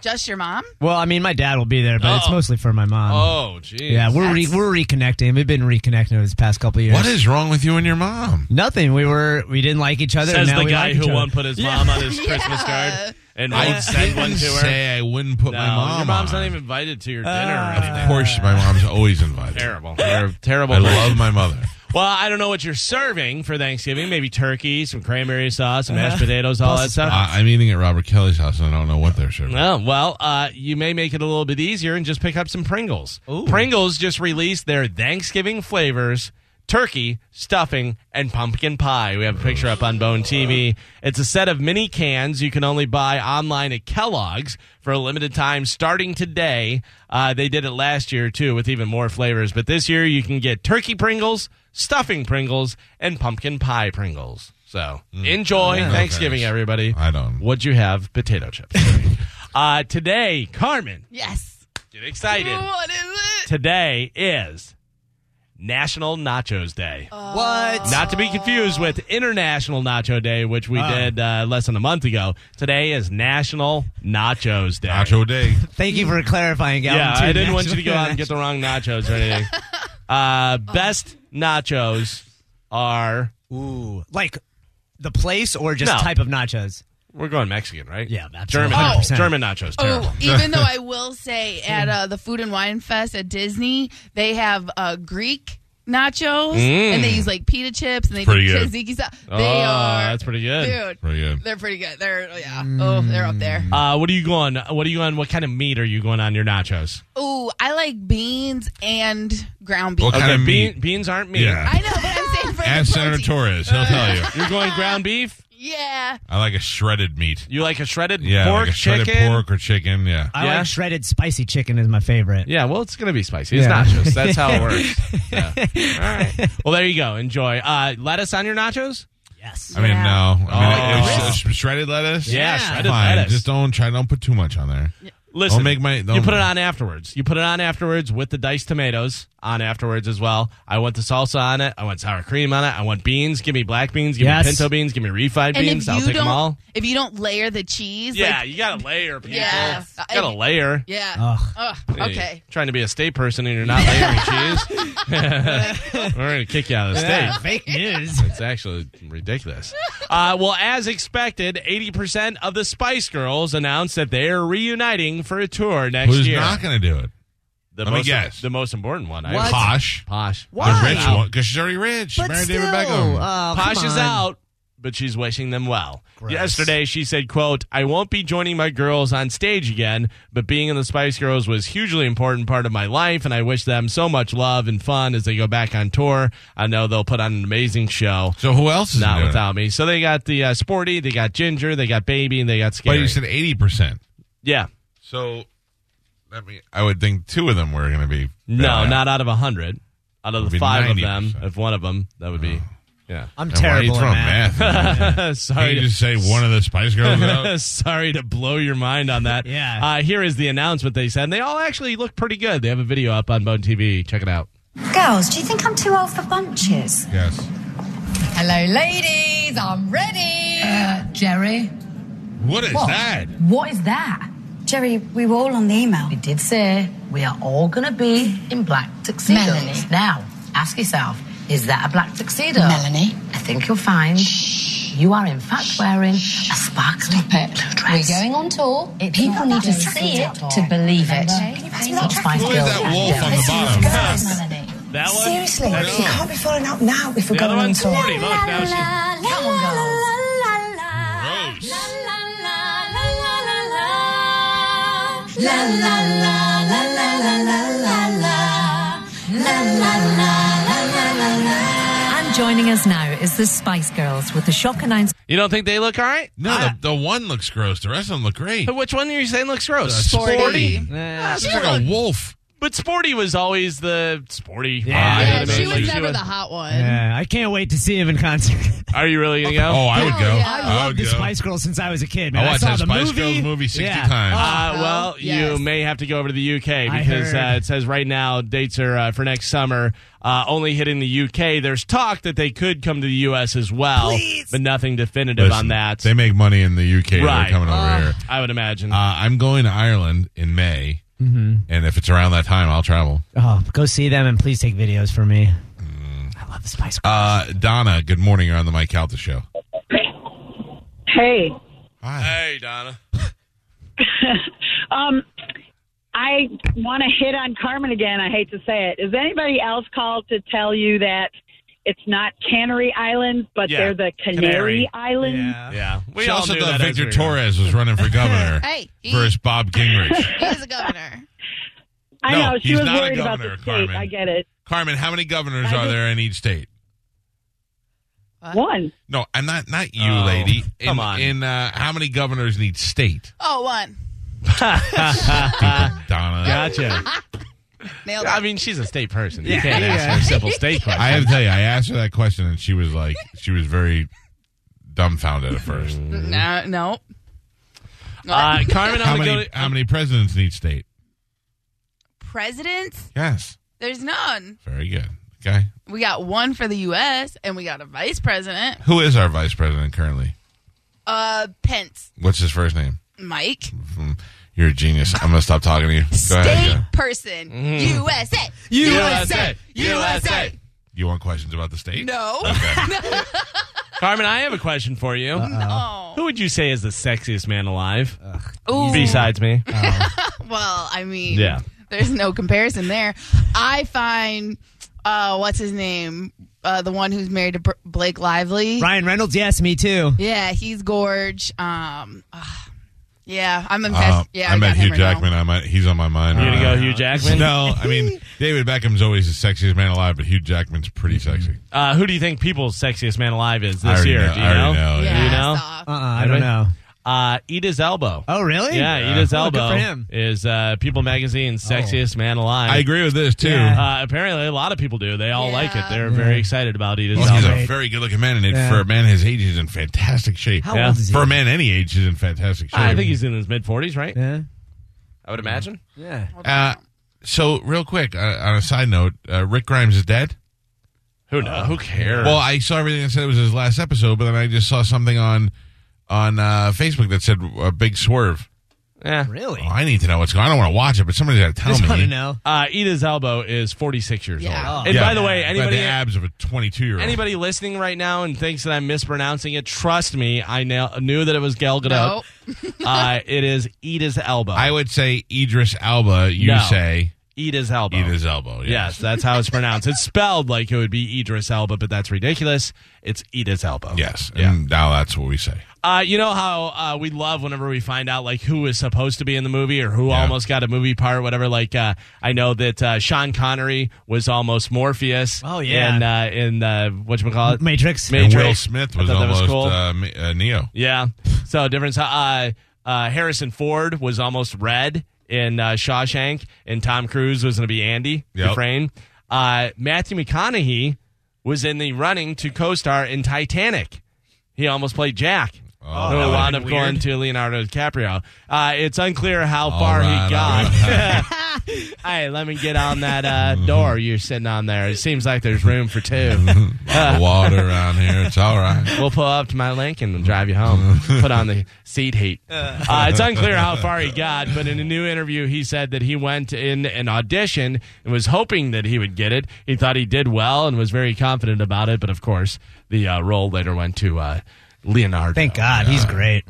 [SPEAKER 4] Just your mom?
[SPEAKER 2] Well, I mean, my dad will be there, but it's
[SPEAKER 3] Oh.
[SPEAKER 2] mostly for my mom.
[SPEAKER 3] Oh, geez.
[SPEAKER 2] yeah, we're re- we're reconnecting. We've been reconnecting over this past couple years.
[SPEAKER 1] what is wrong with you and your mom?
[SPEAKER 2] Nothing. We were we didn't like each other.
[SPEAKER 3] Says
[SPEAKER 2] and now
[SPEAKER 3] the
[SPEAKER 2] we
[SPEAKER 3] guy
[SPEAKER 2] like each
[SPEAKER 3] who
[SPEAKER 2] other.
[SPEAKER 3] won't put his mom on his Christmas card and won't send one to
[SPEAKER 1] didn't
[SPEAKER 3] her.
[SPEAKER 1] say I wouldn't put
[SPEAKER 3] no,
[SPEAKER 1] my mom
[SPEAKER 3] your mom's
[SPEAKER 1] on.
[SPEAKER 3] not even invited to your dinner
[SPEAKER 2] Uh,
[SPEAKER 3] or anything.
[SPEAKER 1] Of course, my mom's always invited.
[SPEAKER 3] Terrible. Ter- terrible.
[SPEAKER 1] I
[SPEAKER 3] person.
[SPEAKER 1] love my mother.
[SPEAKER 3] Well, I don't know what you're serving for Thanksgiving. Maybe turkey, some cranberry sauce, some mashed potatoes, all that stuff.
[SPEAKER 1] I, I'm eating at Robert Kelly's house, and I don't know what they're serving.
[SPEAKER 3] Oh, well, uh, you may make it a little bit easier and just pick up some Pringles. Pringles just released their Thanksgiving flavors turkey, stuffing, and pumpkin pie. We have a picture up on Bone TV. It's a set of mini cans you can only buy online at Kellogg's for a limited time starting today. Uh, they did it last year, too, with even more flavors. But this year, you can get turkey Pringles, stuffing Pringles, and pumpkin pie Pringles. So enjoy Thanksgiving,
[SPEAKER 1] thanks.
[SPEAKER 3] everybody.
[SPEAKER 1] I don't.
[SPEAKER 3] Would you have potato chips? uh, today, Carmen,
[SPEAKER 4] Yes.
[SPEAKER 3] get excited.
[SPEAKER 4] What is it?
[SPEAKER 3] Today is National Nachos Day.
[SPEAKER 2] What?
[SPEAKER 3] Not to be confused with International Nacho Day, which we did uh, less than a month ago. Today is National Nachos Day.
[SPEAKER 1] Nacho day.
[SPEAKER 2] Thank you for clarifying, Galvin.
[SPEAKER 3] yeah,
[SPEAKER 2] too.
[SPEAKER 3] I didn't want you to go
[SPEAKER 2] National-
[SPEAKER 3] out and get the wrong nachos or anything. Uh, best nachos are
[SPEAKER 2] Ooh, like the place or just
[SPEAKER 3] No.
[SPEAKER 2] type of nachos.
[SPEAKER 3] we're going Mexican, right?
[SPEAKER 2] Yeah, nachos.
[SPEAKER 3] German,
[SPEAKER 2] 100%.
[SPEAKER 3] German nachos. Terrible.
[SPEAKER 4] Oh, even though I will say at uh, the Food and Wine Fest at Disney, they have uh, Greek nachos
[SPEAKER 3] Mm.
[SPEAKER 4] and they use like pita chips and they
[SPEAKER 1] Pretty
[SPEAKER 4] do
[SPEAKER 1] good.
[SPEAKER 4] tzatziki stuff. They
[SPEAKER 3] Oh,
[SPEAKER 4] are
[SPEAKER 3] that's pretty good.
[SPEAKER 4] Dude,
[SPEAKER 1] Pretty good.
[SPEAKER 4] they're pretty good. They're yeah. Oh, they're up there.
[SPEAKER 3] Uh, what are you going? What are you on? What kind of meat are you going on your nachos?
[SPEAKER 4] Ooh, I like beans and ground beef.
[SPEAKER 1] What kind of
[SPEAKER 3] bean-
[SPEAKER 1] meat?
[SPEAKER 3] beans aren't meat.
[SPEAKER 1] Yeah.
[SPEAKER 4] I know, but I'm saying for
[SPEAKER 1] Ask
[SPEAKER 4] the
[SPEAKER 1] Senator
[SPEAKER 4] protein.
[SPEAKER 1] Torres. He'll tell you.
[SPEAKER 3] You're going ground beef.
[SPEAKER 4] Yeah.
[SPEAKER 1] I like a shredded meat.
[SPEAKER 3] You like a shredded
[SPEAKER 1] Yeah,
[SPEAKER 3] pork,
[SPEAKER 1] like a shredded
[SPEAKER 3] chicken.
[SPEAKER 1] pork or chicken. Yeah.
[SPEAKER 2] I
[SPEAKER 3] Yeah?
[SPEAKER 2] like shredded spicy chicken is my favorite.
[SPEAKER 3] Yeah, well, it's gonna be spicy. It's
[SPEAKER 2] Yeah.
[SPEAKER 3] nachos. That's how it works. Yeah. All right. Well, there you go. Enjoy. Uh, lettuce on your nachos.
[SPEAKER 2] Yes.
[SPEAKER 1] I mean,
[SPEAKER 4] Yeah.
[SPEAKER 1] no. I mean,
[SPEAKER 3] Oh.
[SPEAKER 1] it's- it's shredded lettuce.
[SPEAKER 3] Yeah, shredded
[SPEAKER 1] Fine.
[SPEAKER 3] lettuce.
[SPEAKER 1] Just don't try. Don't put too much on there.
[SPEAKER 3] Listen,
[SPEAKER 1] Don't make my- don't-
[SPEAKER 3] you put it on afterwards. You put it on afterwards with the diced tomatoes on afterwards as well. I want the salsa on it. I want sour cream on it. I want beans. Give me black beans. Give
[SPEAKER 2] Yes.
[SPEAKER 3] me pinto beans. Give me refried
[SPEAKER 4] And
[SPEAKER 3] beans.
[SPEAKER 4] if
[SPEAKER 3] I'll
[SPEAKER 4] you
[SPEAKER 3] take them all.
[SPEAKER 4] don't if you don't layer the cheese,
[SPEAKER 3] Yeah,
[SPEAKER 4] like
[SPEAKER 3] you got to layer, people.
[SPEAKER 4] Yeah. uh,
[SPEAKER 3] You got to layer.
[SPEAKER 4] yeah.
[SPEAKER 2] Ugh.
[SPEAKER 4] Ugh,
[SPEAKER 3] Hey,
[SPEAKER 4] okay.
[SPEAKER 3] Trying to be a state person and you're not layering cheese. We're going to kick you out of the state.
[SPEAKER 2] Yeah, fake news.
[SPEAKER 3] It's actually ridiculous. Uh, well, as expected, 80% of the Spice Girls announced that they're reuniting for a tour next
[SPEAKER 1] Who's
[SPEAKER 3] year.
[SPEAKER 1] not going to do it?
[SPEAKER 3] the
[SPEAKER 1] Let me
[SPEAKER 3] most,
[SPEAKER 1] guess.
[SPEAKER 3] The most important one. I
[SPEAKER 2] What?
[SPEAKER 3] Posh.
[SPEAKER 1] Posh.
[SPEAKER 3] Posh.
[SPEAKER 2] Why?
[SPEAKER 1] The rich
[SPEAKER 3] Wow.
[SPEAKER 1] one. Because she's already rich. She
[SPEAKER 2] But
[SPEAKER 1] married
[SPEAKER 2] still,
[SPEAKER 1] David Beckham.
[SPEAKER 2] oh, come
[SPEAKER 3] Posh is
[SPEAKER 2] on.
[SPEAKER 3] out, but she's wishing them well.
[SPEAKER 2] Gross.
[SPEAKER 3] Yesterday, she said, "quote I won't be joining my girls on stage again, but being in the Spice Girls was hugely important part of my life, and I wish them so much love and fun as they go back on tour. I know they'll put on an amazing show."
[SPEAKER 1] so who else is
[SPEAKER 3] Not
[SPEAKER 1] doing
[SPEAKER 3] without me. So they got the uh, sporty, they got ginger, they got baby, and they got
[SPEAKER 1] It? But
[SPEAKER 3] scary.
[SPEAKER 1] you said eighty percent.
[SPEAKER 3] yeah,
[SPEAKER 1] So, I mean, I would think two of them were going to be.
[SPEAKER 3] no,
[SPEAKER 1] bad.
[SPEAKER 3] not out of a hundred, out of
[SPEAKER 1] Would be Oh.
[SPEAKER 3] the five of
[SPEAKER 1] 90%.
[SPEAKER 3] them. If one of them, that would be. Yeah.
[SPEAKER 2] I'm
[SPEAKER 1] And why are you
[SPEAKER 2] terrible at
[SPEAKER 1] throwing
[SPEAKER 2] math.
[SPEAKER 1] math? in there? Can't
[SPEAKER 3] Sorry.
[SPEAKER 1] you
[SPEAKER 3] to-
[SPEAKER 1] just say one of the Spice Girls? is out?
[SPEAKER 3] Sorry to blow your mind on that.
[SPEAKER 2] Yeah.
[SPEAKER 3] Uh, here is the announcement they said. And they all actually look pretty good. They have a video up on Bone TV. Check it out.
[SPEAKER 8] Girls, do you think I'm too old for bunches?
[SPEAKER 1] yes.
[SPEAKER 9] Hello, ladies. I'm ready. Jerry,
[SPEAKER 1] What is that?
[SPEAKER 9] what is that?
[SPEAKER 8] Jerry, we were all on the email.
[SPEAKER 9] We did say we are all going to be in black tuxedos.
[SPEAKER 8] Melanie.
[SPEAKER 9] Now, ask yourself, is that a black tuxedo?
[SPEAKER 8] Melanie.
[SPEAKER 9] I think you'll find you are in fact wearing a sparkling blue dress.
[SPEAKER 8] We're going on tour.
[SPEAKER 9] It's
[SPEAKER 8] People
[SPEAKER 9] not
[SPEAKER 8] need to
[SPEAKER 9] that
[SPEAKER 8] see
[SPEAKER 9] easy
[SPEAKER 8] it
[SPEAKER 9] at all.
[SPEAKER 8] to believe it.
[SPEAKER 9] Can you pass me that track?
[SPEAKER 1] Who is that wolf on the bottom?
[SPEAKER 8] Melanie.
[SPEAKER 3] That one?
[SPEAKER 8] Seriously,
[SPEAKER 3] That's
[SPEAKER 8] you
[SPEAKER 3] the
[SPEAKER 8] can't be falling out now if we're
[SPEAKER 3] other
[SPEAKER 8] going on
[SPEAKER 3] one's
[SPEAKER 8] tour.
[SPEAKER 3] 40. Look, now she-
[SPEAKER 8] Come on, girls.
[SPEAKER 1] Gross.
[SPEAKER 9] Joining us now is the Spice Girls with the shock announcement.
[SPEAKER 3] You don't think they look all right?
[SPEAKER 1] No, the, the one looks gross. The rest of them look great.
[SPEAKER 3] But which one are you saying looks gross?
[SPEAKER 4] Sporty.
[SPEAKER 3] Nah,
[SPEAKER 1] She's like a wolf.
[SPEAKER 3] But Sporty was always the Sporty.
[SPEAKER 2] Yeah,
[SPEAKER 4] Yeah,
[SPEAKER 3] Like,
[SPEAKER 4] she was never the hot one.
[SPEAKER 2] Yeah, I can't wait to see him in concert.
[SPEAKER 3] Are you really gonna go?
[SPEAKER 1] Oh, I would go.
[SPEAKER 4] yeah.
[SPEAKER 2] I
[SPEAKER 4] I
[SPEAKER 1] would
[SPEAKER 2] love the
[SPEAKER 1] Oh, go.
[SPEAKER 2] Spice Girls since I was a kid. Man.
[SPEAKER 1] I watched
[SPEAKER 2] saw
[SPEAKER 1] that
[SPEAKER 2] the
[SPEAKER 1] Spice
[SPEAKER 2] movie.
[SPEAKER 1] Girls movie 60
[SPEAKER 2] Yeah.
[SPEAKER 1] times.
[SPEAKER 3] Uh,
[SPEAKER 4] Oh,
[SPEAKER 3] well, you
[SPEAKER 4] yes.
[SPEAKER 3] may have to go over to the UK
[SPEAKER 2] I
[SPEAKER 3] because uh,
[SPEAKER 2] heard.
[SPEAKER 3] it says right now dates are uh, for next summer uh, only hitting the UK. There's talk that they could come to the US as well, but nothing definitive
[SPEAKER 1] Listen,
[SPEAKER 3] on that.
[SPEAKER 1] They make money in the UK.
[SPEAKER 3] Right. Ah.
[SPEAKER 1] They're coming over here.
[SPEAKER 3] I would imagine.
[SPEAKER 1] Uh, I'm going to Ireland in May.
[SPEAKER 3] Mm-hmm.
[SPEAKER 1] And if it's around that time, I'll travel.
[SPEAKER 2] Oh, go see them and please take videos for me. I love the Spice Girls.
[SPEAKER 1] Mm. Uh, Donna, good morning. You're on the Mike Calta show.
[SPEAKER 10] Hey,
[SPEAKER 1] Hi.
[SPEAKER 3] hey, Donna.
[SPEAKER 10] um, I want to hit on Carmen again. I hate to say it. Is anybody else called to tell you that it's not Cannery Islands, but
[SPEAKER 3] Yeah,
[SPEAKER 10] they're the
[SPEAKER 3] Canary.
[SPEAKER 10] Canary, Islands?
[SPEAKER 3] Yeah, we
[SPEAKER 1] She
[SPEAKER 3] all
[SPEAKER 1] also
[SPEAKER 3] knew
[SPEAKER 1] thought
[SPEAKER 3] that as
[SPEAKER 1] Victor
[SPEAKER 3] we were-
[SPEAKER 1] Torres was running for governor
[SPEAKER 4] Hey, he,
[SPEAKER 1] versus Bob Gingrich.
[SPEAKER 4] he is a governor.
[SPEAKER 10] I
[SPEAKER 1] No,
[SPEAKER 10] know she
[SPEAKER 1] he's
[SPEAKER 10] was
[SPEAKER 1] not a
[SPEAKER 10] worried about
[SPEAKER 1] governor,
[SPEAKER 10] the state.
[SPEAKER 1] Carmen.
[SPEAKER 10] I get it.
[SPEAKER 1] Carmen, how many governors
[SPEAKER 10] I
[SPEAKER 1] are
[SPEAKER 10] just-
[SPEAKER 1] there in each state?
[SPEAKER 10] One.
[SPEAKER 1] No, I'm not not you,
[SPEAKER 3] Oh,
[SPEAKER 1] lady. In,
[SPEAKER 3] come on.
[SPEAKER 1] In uh, how many governors in each state?
[SPEAKER 4] Oh, one.
[SPEAKER 1] Stupid Donna.
[SPEAKER 3] Gotcha.
[SPEAKER 4] Nailed it.
[SPEAKER 3] I mean, she's a state person. You can't ask her simple state question.
[SPEAKER 1] I have to tell you, I asked her that question, and she was like, she was very dumbfounded at
[SPEAKER 4] Mm.
[SPEAKER 1] first.
[SPEAKER 4] no, no.
[SPEAKER 3] Uh, Carmen,
[SPEAKER 1] How
[SPEAKER 3] I'm gonna go.
[SPEAKER 1] many
[SPEAKER 3] to-
[SPEAKER 1] how many presidents in each state?
[SPEAKER 4] Presidents?
[SPEAKER 1] Yes,
[SPEAKER 4] There's none.
[SPEAKER 1] very good. Okay,
[SPEAKER 4] We got one for the U.S. and we got a vice president.
[SPEAKER 1] who is our vice president currently?
[SPEAKER 4] Uh, Pence,
[SPEAKER 1] What's his first name?
[SPEAKER 4] Mike,
[SPEAKER 1] Hmm, You're a genius. I'm gonna stop talking to you. Go
[SPEAKER 4] state
[SPEAKER 1] ahead. Mm. Joe.
[SPEAKER 4] person, USA,
[SPEAKER 3] USA, USA.
[SPEAKER 1] You want questions about the state?
[SPEAKER 4] No,
[SPEAKER 3] Carmen, I have a question for you.
[SPEAKER 4] Uh-uh.
[SPEAKER 1] Uh,
[SPEAKER 4] no.
[SPEAKER 3] Who would you say is the sexiest man alive
[SPEAKER 4] Oh. Ooh.
[SPEAKER 3] besides me?
[SPEAKER 4] Well, I mean,
[SPEAKER 3] Yeah.
[SPEAKER 4] there's no comparison there. I find, uh, what's his name? Uh, the one who's married to Br- Blake Lively.
[SPEAKER 2] Ryan Reynolds, yes, me too.
[SPEAKER 4] Yeah, he's gorge. Um, ah, yeah, I'm obsessed.
[SPEAKER 1] Uh,
[SPEAKER 4] yeah,
[SPEAKER 1] I met
[SPEAKER 4] got him
[SPEAKER 1] Hugh
[SPEAKER 4] right now.
[SPEAKER 1] Jackman. I might, he's on my mind.
[SPEAKER 3] You gonna
[SPEAKER 1] right
[SPEAKER 3] go
[SPEAKER 1] now.
[SPEAKER 3] Hugh Jackman?
[SPEAKER 1] No, I mean David Beckham's always the sexiest man alive, but Hugh Jackman's pretty sexy.
[SPEAKER 3] Uh, who do you think people's sexiest man alive is
[SPEAKER 1] I
[SPEAKER 3] this
[SPEAKER 1] already
[SPEAKER 3] year?
[SPEAKER 1] know-
[SPEAKER 3] Do you
[SPEAKER 1] I
[SPEAKER 3] know?
[SPEAKER 1] already know,
[SPEAKER 4] Yeah,
[SPEAKER 3] Do you know? Oh,
[SPEAKER 4] stop.
[SPEAKER 2] Uh, uh I don't
[SPEAKER 3] Anyway?
[SPEAKER 2] know.
[SPEAKER 3] Uh, Ida's elbow.
[SPEAKER 2] Oh, really?
[SPEAKER 3] Yeah, Ida's
[SPEAKER 2] Oh, good
[SPEAKER 3] elbow
[SPEAKER 2] for him.
[SPEAKER 3] is uh, People Magazine's sexiest man alive.
[SPEAKER 1] Oh. I agree with this too.
[SPEAKER 2] Yeah.
[SPEAKER 3] Uh, apparently, a lot of people do. They all
[SPEAKER 4] Yeah.
[SPEAKER 3] like it. They're very excited about Ida's
[SPEAKER 1] Well, he's
[SPEAKER 3] elbow.
[SPEAKER 1] a very good-looking man, and it,
[SPEAKER 2] Yeah.
[SPEAKER 1] for a man his age, he's in fantastic shape.
[SPEAKER 2] How
[SPEAKER 3] Yeah.
[SPEAKER 2] old is he?
[SPEAKER 1] For a man any age, he's in fantastic shape.
[SPEAKER 3] I think he's in his mid forties, right?
[SPEAKER 2] Yeah.
[SPEAKER 3] I would imagine.
[SPEAKER 2] Yeah.
[SPEAKER 1] Uh, so, real quick, uh, on a side note, uh, Rick Grimes is dead.
[SPEAKER 3] Who knows? who cares?
[SPEAKER 1] Uh, Well, I saw everything that said it was his last episode, but then I just saw something on on uh, Facebook that said a big swerve.
[SPEAKER 3] yeah.
[SPEAKER 2] Really?
[SPEAKER 1] Oh, I need to know what's going. on. I don't want to watch it, but somebody's got to tell
[SPEAKER 2] Just
[SPEAKER 1] me.
[SPEAKER 2] want to know.
[SPEAKER 3] Uh, Ida's elbow is forty six years
[SPEAKER 4] Yeah.
[SPEAKER 3] old. And
[SPEAKER 1] Yeah,
[SPEAKER 3] by the way,
[SPEAKER 1] but
[SPEAKER 3] anybody
[SPEAKER 1] the abs of a twenty-two-year-old.
[SPEAKER 3] Anybody listening right now and thinks that I'm mispronouncing it, trust me, I now, knew that it was Gal Gadot.
[SPEAKER 4] No.
[SPEAKER 3] uh, it is Ida's elbow.
[SPEAKER 1] I would say Idris Alba. You
[SPEAKER 3] No. Oh.
[SPEAKER 1] say
[SPEAKER 3] Ida's elbow.
[SPEAKER 1] Idris Elbow.
[SPEAKER 3] Yes, that's how it's pronounced. It's spelled like it would be Idris Elba, but that's ridiculous. It's Ida's elbow.
[SPEAKER 1] Yes.
[SPEAKER 3] Yeah.
[SPEAKER 1] And now that's what we say.
[SPEAKER 3] Uh, you know how uh, we love whenever we find out like who is supposed to be in the movie or who
[SPEAKER 1] Yeah.
[SPEAKER 3] almost got a movie part, whatever. Like uh, I know that uh, Sean Connery was almost Morpheus.
[SPEAKER 2] Oh, yeah.
[SPEAKER 3] and uh, in uh, what you call it,
[SPEAKER 2] Matrix.
[SPEAKER 3] Matrix.
[SPEAKER 1] And Will Smith
[SPEAKER 3] I
[SPEAKER 1] was
[SPEAKER 3] thought that was
[SPEAKER 1] almost
[SPEAKER 3] cool.
[SPEAKER 1] uh, me- uh, Neo.
[SPEAKER 3] Yeah. So difference. Uh, uh, Harrison Ford was almost red in uh, Shawshank, and Tom Cruise was going to be Andy
[SPEAKER 1] Yep.
[SPEAKER 3] Dufresne. Uh, Matthew McConaughey was in the running to co-star in Titanic. He almost played Jack.
[SPEAKER 1] Oh, that
[SPEAKER 3] who
[SPEAKER 1] would've
[SPEAKER 3] wound
[SPEAKER 1] been
[SPEAKER 3] up going
[SPEAKER 1] weird.
[SPEAKER 3] to Leonardo DiCaprio. Uh, it's unclear how far
[SPEAKER 1] right,
[SPEAKER 3] he
[SPEAKER 1] all
[SPEAKER 3] got. hey, let me get on that uh, door you're sitting on there. It seems like there's room for two.
[SPEAKER 1] A lot of water around here. It's all right.
[SPEAKER 3] We'll pull up to my Lincoln and drive you home. Put on the seat heat. Uh, it's unclear how far he got, but in a new interview, he said that he went in an audition and was hoping that he would get it. He thought he did well and was very confident about it, but of course, the uh, role later went to uh, Leonardo.
[SPEAKER 2] Thank God. He's great.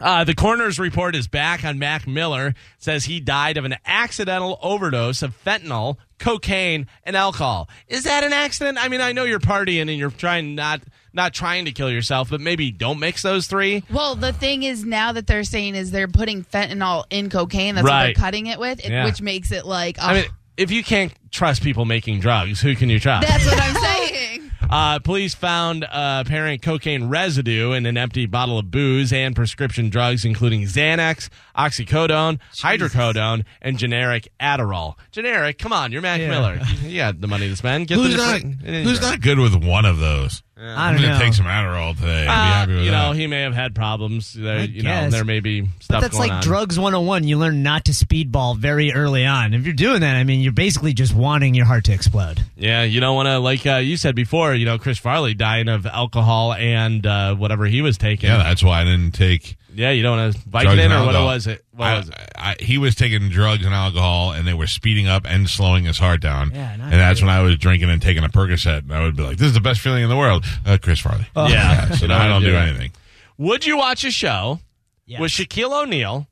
[SPEAKER 3] Uh, the coroner's report is back on Mac Miller. Says he died of an accidental overdose of fentanyl, cocaine, and alcohol. Is that an accident? I mean, I know you're partying and you're trying not not trying to kill yourself, but maybe don't mix those three.
[SPEAKER 4] Well, the thing is now that they're saying is they're putting fentanyl in cocaine. That's what
[SPEAKER 3] Right.
[SPEAKER 4] they're cutting it with, it-
[SPEAKER 3] Yeah.
[SPEAKER 4] which makes it like. oh,
[SPEAKER 3] I
[SPEAKER 4] ugh,
[SPEAKER 3] mean, if you can't trust people making drugs, who can you trust?
[SPEAKER 4] that's what I'm saying.
[SPEAKER 3] Uh, police found uh, apparent cocaine residue in an empty bottle of booze and prescription drugs, including Xanax, oxycodone, hydrocodone, and generic Adderall. Generic? Come on, you're Mac Miller. You got the money to spend. Get
[SPEAKER 1] Who's
[SPEAKER 3] the
[SPEAKER 1] not,
[SPEAKER 3] different-
[SPEAKER 1] who's not good with one of those?
[SPEAKER 3] I
[SPEAKER 1] I'm
[SPEAKER 3] don't
[SPEAKER 1] gonna
[SPEAKER 3] know.
[SPEAKER 1] take some Adderall today.
[SPEAKER 3] Uh,
[SPEAKER 1] I'd be happy with
[SPEAKER 3] you
[SPEAKER 1] that.
[SPEAKER 3] know, he may have had problems. There,
[SPEAKER 2] I
[SPEAKER 3] you know,
[SPEAKER 2] guess.
[SPEAKER 3] there may be
[SPEAKER 2] But
[SPEAKER 3] stuff
[SPEAKER 2] that's
[SPEAKER 3] going
[SPEAKER 2] like
[SPEAKER 3] on.
[SPEAKER 2] drugs 101. You learn not to speedball very early on. If you're doing that, I mean, you're basically just wanting your heart to explode.
[SPEAKER 3] Yeah, you don't want to, like uh, you said before, you know, Chris Farley dying of alcohol and uh, whatever he was taking.
[SPEAKER 1] yeah, that's why I didn't take.
[SPEAKER 3] Yeah, you don't want to
[SPEAKER 1] drugs
[SPEAKER 3] Vicodin
[SPEAKER 1] and
[SPEAKER 3] or what
[SPEAKER 1] alcohol.
[SPEAKER 3] was it? What
[SPEAKER 1] I-
[SPEAKER 3] was it?
[SPEAKER 1] I- he was taking drugs and alcohol, and they were speeding up and slowing his heart down.
[SPEAKER 2] Yeah,
[SPEAKER 1] and
[SPEAKER 2] not
[SPEAKER 1] that's when I was drinking and taking a Percocet, and I would be like, "This is the best feeling in the world." Uh, Chris Farley.
[SPEAKER 3] Yeah.
[SPEAKER 1] so
[SPEAKER 3] You
[SPEAKER 1] now
[SPEAKER 3] know,
[SPEAKER 1] I don't
[SPEAKER 3] you
[SPEAKER 1] do
[SPEAKER 3] do it.
[SPEAKER 1] anything.
[SPEAKER 3] Would you watch a show
[SPEAKER 2] Yes.
[SPEAKER 3] with Shaquille O'Neal?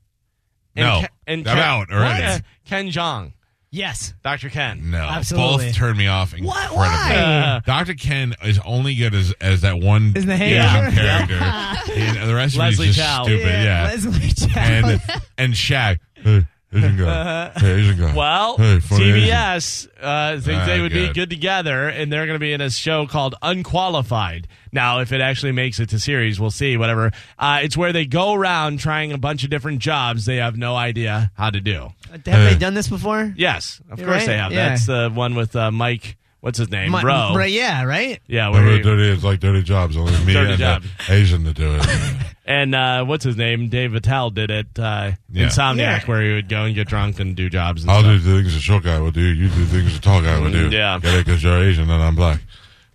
[SPEAKER 3] And
[SPEAKER 1] No.
[SPEAKER 3] Ke- and
[SPEAKER 1] I'm
[SPEAKER 3] Ken-
[SPEAKER 1] out already.
[SPEAKER 3] What? Uh, Ken Jong,
[SPEAKER 2] Yes.
[SPEAKER 3] Dr. Ken. Uh,
[SPEAKER 1] No,
[SPEAKER 2] Absolutely.
[SPEAKER 1] both turned me off. Incredibly.
[SPEAKER 2] Why?
[SPEAKER 1] Doctor Ken is only good as, as that one
[SPEAKER 2] Isn't the
[SPEAKER 1] Asian
[SPEAKER 2] hanger?
[SPEAKER 1] character. And the rest
[SPEAKER 3] Leslie
[SPEAKER 1] of it is just
[SPEAKER 3] Chow.
[SPEAKER 1] stupid. Yeah,
[SPEAKER 2] Leslie Chow.
[SPEAKER 1] and and Shaq. Hey, Asian guy. Hey, Asian guy.
[SPEAKER 3] Uh-huh. Well,
[SPEAKER 1] hey, funny Asian.
[SPEAKER 3] TBS uh, thinks
[SPEAKER 1] Ah,
[SPEAKER 3] they would be
[SPEAKER 1] good.
[SPEAKER 3] good together, and they're going to be in a show called Unqualified. Now, if it actually makes it to series, we'll see. Whatever. Uh, it's where they go around trying a bunch of different jobs they have no idea how to do.
[SPEAKER 2] Have
[SPEAKER 1] uh,
[SPEAKER 2] they done this before?
[SPEAKER 3] Yes, of
[SPEAKER 2] You're
[SPEAKER 3] course
[SPEAKER 2] right.
[SPEAKER 3] they have.
[SPEAKER 2] Yeah.
[SPEAKER 3] That's the one with uh, Mike. What's his name?
[SPEAKER 2] My-
[SPEAKER 3] Rowe.
[SPEAKER 2] Right, yeah, right?
[SPEAKER 3] Yeah,
[SPEAKER 1] No,
[SPEAKER 3] where
[SPEAKER 1] no,
[SPEAKER 3] he-
[SPEAKER 1] dirty, it's like dirty jobs. Only me
[SPEAKER 3] Dirty
[SPEAKER 1] and
[SPEAKER 3] job.
[SPEAKER 1] the Asian to do it.
[SPEAKER 3] And uh, what's his name? Dave Attell did it. Uh,
[SPEAKER 1] Yeah.
[SPEAKER 3] Insomniac,
[SPEAKER 2] Yeah.
[SPEAKER 3] where he would go and get drunk and do jobs. And
[SPEAKER 1] I'll do
[SPEAKER 3] stuff.
[SPEAKER 1] the things a short guy would do. You do things a tall guy would do.
[SPEAKER 3] Mm, Yeah.
[SPEAKER 1] Get it? Because you're Asian and I'm black.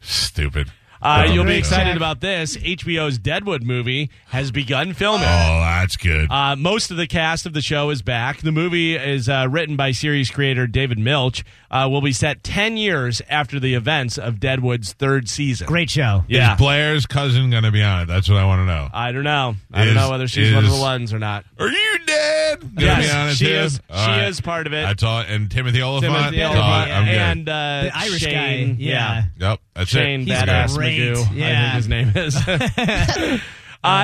[SPEAKER 1] Stupid.
[SPEAKER 3] Uh, you'll be
[SPEAKER 1] Dumb.
[SPEAKER 3] excited about this. HBO's Deadwood movie has begun
[SPEAKER 1] Oh,
[SPEAKER 3] filming.
[SPEAKER 1] that's good.
[SPEAKER 3] Uh, most of the cast of the show is back. The movie is uh, written by series creator David Milch. Uh, will be set ten years after the events of Deadwood's third season.
[SPEAKER 2] Great show.
[SPEAKER 3] Yeah, Uh,
[SPEAKER 1] Is Blair's cousin going to be on it? That's what I want to know.
[SPEAKER 3] I don't know. I don't
[SPEAKER 1] Is-
[SPEAKER 3] know whether she's one of the
[SPEAKER 1] is-
[SPEAKER 3] ones or not.
[SPEAKER 1] Are you dead? Gonna
[SPEAKER 3] Yes,
[SPEAKER 1] be on it
[SPEAKER 3] she
[SPEAKER 1] too?
[SPEAKER 3] is-
[SPEAKER 1] All
[SPEAKER 3] she is part of it.
[SPEAKER 1] That's all. And Timothy Oliphant.
[SPEAKER 3] Timothy
[SPEAKER 1] All
[SPEAKER 3] Oliphant
[SPEAKER 1] right, I'm good.
[SPEAKER 3] and uh,
[SPEAKER 2] The Irish
[SPEAKER 3] Shane,
[SPEAKER 2] guy. Yeah.
[SPEAKER 1] yep. That's
[SPEAKER 3] Shane
[SPEAKER 1] it.
[SPEAKER 2] He's
[SPEAKER 3] Badass
[SPEAKER 2] great.
[SPEAKER 3] Magoo, I think
[SPEAKER 2] Yeah.
[SPEAKER 3] his name is. Uh,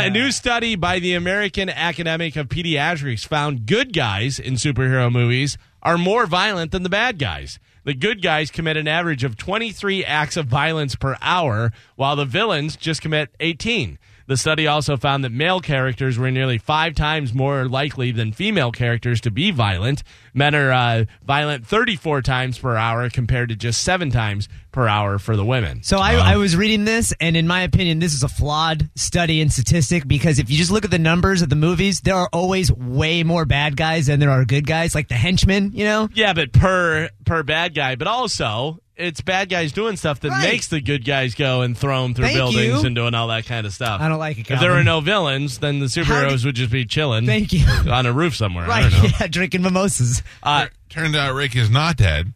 [SPEAKER 3] a new study by the American Academic of Pediatrics found good guys in superhero movies are more violent than the bad guys. The good guys commit an average of 23 acts of violence per hour, while the villains just commit 18. The study also found that male characters were nearly five times more likely than female characters to be violent. Men are uh, violent 34 times per hour compared to just seven times per hour for the women.
[SPEAKER 2] So I, I was reading this, and in my opinion, this is a flawed study and statistic because if you just look at the numbers of the movies, there are always way more bad guys than there are good guys, like the henchmen, you know?
[SPEAKER 3] Yeah, but per per bad guy, but also it's bad guys doing stuff that
[SPEAKER 2] Right.
[SPEAKER 3] makes the good guys go and throw them through
[SPEAKER 2] Thank
[SPEAKER 3] buildings
[SPEAKER 2] you.
[SPEAKER 3] and doing all that kind of stuff.
[SPEAKER 2] I don't like it,
[SPEAKER 3] If there
[SPEAKER 2] Calvin.
[SPEAKER 3] were no villains, then the superheroes
[SPEAKER 2] did-
[SPEAKER 3] would just be chilling.
[SPEAKER 2] Thank you.
[SPEAKER 3] On a roof somewhere. I
[SPEAKER 2] Right,
[SPEAKER 3] don't know.
[SPEAKER 2] yeah, drinking mimosas
[SPEAKER 3] Uh,
[SPEAKER 1] Turned out Rick is not dead.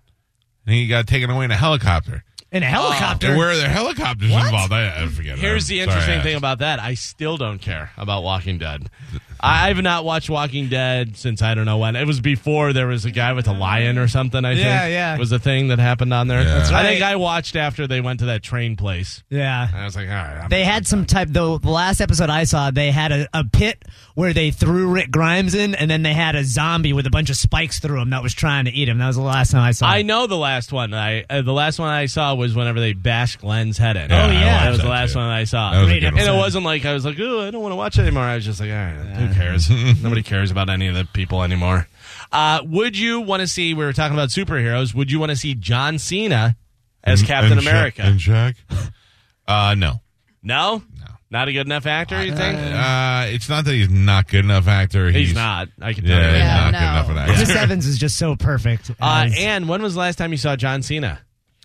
[SPEAKER 1] And he got taken away in a helicopter.
[SPEAKER 2] in a helicopter.
[SPEAKER 1] And where are the helicopters
[SPEAKER 2] What?
[SPEAKER 1] involved? I, I forget.
[SPEAKER 3] here's
[SPEAKER 1] I'm
[SPEAKER 3] the
[SPEAKER 1] sorry I
[SPEAKER 3] interesting
[SPEAKER 1] asked.
[SPEAKER 3] thing about that. I still don't care about Walking Dead. I- I've not watched Walking Dead since I don't know when. It was before there was a guy with a lion or something. I
[SPEAKER 2] Yeah,
[SPEAKER 3] think
[SPEAKER 2] yeah.
[SPEAKER 3] was the thing that happened on there.
[SPEAKER 1] That's
[SPEAKER 3] I think
[SPEAKER 2] right.
[SPEAKER 3] I watched after they went to that train place.
[SPEAKER 2] yeah.
[SPEAKER 3] I was like, all right, I'm
[SPEAKER 2] They had some type, though, the last episode I saw, they had a, a pit where they threw Rick Grimes in, and then they had a zombie with a bunch of spikes through him that was trying to eat him. That was the last time I saw
[SPEAKER 3] I
[SPEAKER 2] it.
[SPEAKER 3] know the last one. I uh, the last one I saw was whenever they bashed Glenn's head in.
[SPEAKER 1] Yeah,
[SPEAKER 2] Oh, I yeah.
[SPEAKER 3] that was
[SPEAKER 1] watched
[SPEAKER 3] the
[SPEAKER 1] that
[SPEAKER 3] last
[SPEAKER 1] too.
[SPEAKER 3] one I saw.
[SPEAKER 1] That was a
[SPEAKER 2] Great
[SPEAKER 1] good
[SPEAKER 3] and
[SPEAKER 1] one.
[SPEAKER 3] it
[SPEAKER 2] episode.
[SPEAKER 3] wasn't like I was like, "Ooh, I don't want to watch it anymore." I was just like, "All right, who cares? Nobody cares about any of the people anymore." Uh, would you want to see? We were talking about superheroes. Would you want to see John Cena as
[SPEAKER 1] And- Mm-hmm.
[SPEAKER 3] Captain
[SPEAKER 1] and Sha-
[SPEAKER 3] America?
[SPEAKER 1] and Shaq? Uh, no.
[SPEAKER 3] no, no, not a good enough actor. You think
[SPEAKER 1] Uh, it's not that he's not good enough actor.
[SPEAKER 3] he's, not? I can tell
[SPEAKER 1] Yeah,
[SPEAKER 3] you.
[SPEAKER 1] he's
[SPEAKER 4] Yeah,
[SPEAKER 1] not
[SPEAKER 4] no.
[SPEAKER 1] good enough an actor.
[SPEAKER 2] Chris Evans is just so perfect.
[SPEAKER 3] Uh,
[SPEAKER 2] as-
[SPEAKER 3] and when was the last time you saw John Cena?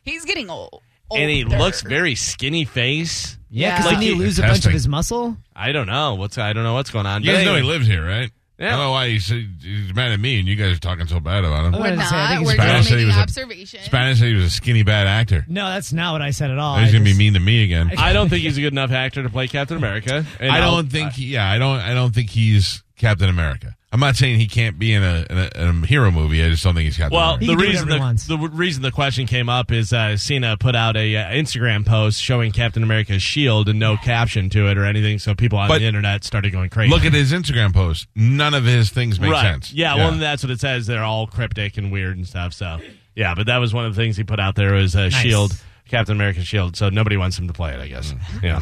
[SPEAKER 4] He's getting old.
[SPEAKER 3] And he
[SPEAKER 4] older.
[SPEAKER 3] looks very skinny face.
[SPEAKER 2] yeah, because
[SPEAKER 3] like
[SPEAKER 2] didn't he
[SPEAKER 3] he-
[SPEAKER 2] lose a bunch
[SPEAKER 1] Fantastic.
[SPEAKER 2] of his muscle?
[SPEAKER 3] I don't know what's I don't know what's going on.
[SPEAKER 1] You
[SPEAKER 3] But
[SPEAKER 1] guys know he
[SPEAKER 3] anyway.
[SPEAKER 1] lives here, right?
[SPEAKER 3] Yeah.
[SPEAKER 1] I don't know why he's, he's mad at me, and you guys are talking so bad about him.
[SPEAKER 3] Uh,
[SPEAKER 2] Oh,
[SPEAKER 4] We're
[SPEAKER 2] I was gonna say, I think
[SPEAKER 4] not. We're
[SPEAKER 2] he's
[SPEAKER 1] Spanish
[SPEAKER 4] just
[SPEAKER 1] said he
[SPEAKER 4] making
[SPEAKER 1] was a-
[SPEAKER 4] observations.
[SPEAKER 1] Spanish said he was a skinny bad actor.
[SPEAKER 2] No, that's not what I said at all.
[SPEAKER 1] He's
[SPEAKER 2] I
[SPEAKER 1] gonna be
[SPEAKER 2] just-
[SPEAKER 1] mean to me again.
[SPEAKER 3] I don't think he's a good enough actor to play Captain America. And
[SPEAKER 1] I
[SPEAKER 3] I'll-
[SPEAKER 1] don't think. He, yeah, I don't. I don't think he's Captain America. I'm not saying he can't be in a, in a, in a hero movie. I just don't think he's Captain
[SPEAKER 3] Well,
[SPEAKER 1] America.
[SPEAKER 2] He
[SPEAKER 3] the
[SPEAKER 2] can do
[SPEAKER 3] reason
[SPEAKER 2] whatever he
[SPEAKER 3] the,
[SPEAKER 2] wants.
[SPEAKER 3] the w- reason the question came up is uh, Cena put out a uh, Instagram post showing Captain America's shield and no caption to it or anything, so people on
[SPEAKER 1] But-
[SPEAKER 3] the internet started going crazy.
[SPEAKER 1] Look at his Instagram post. None of his things make
[SPEAKER 3] right.
[SPEAKER 1] sense.
[SPEAKER 3] Yeah, well, that's what it says. They're all cryptic and weird and stuff. So, yeah, but that was one of the things he put out there was a shield Captain American Shield, so nobody wants him to play it, I guess. Yeah.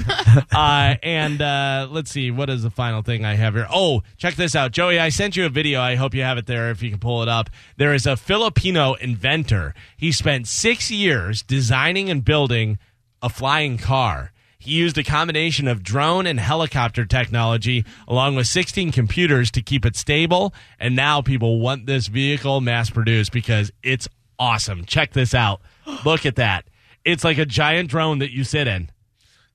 [SPEAKER 3] uh, and uh, let's see, what is the final thing I have here? Oh, check this out. Joey, I sent you a video. I hope you have it there if you can pull it up. There is a Filipino inventor. He spent six years designing and building a flying car. He used a combination of drone and helicopter technology along with 16 computers to keep it stable. And now people want this vehicle mass produced because it's awesome. Check this out. Look at that. It's like a giant drone that you sit in.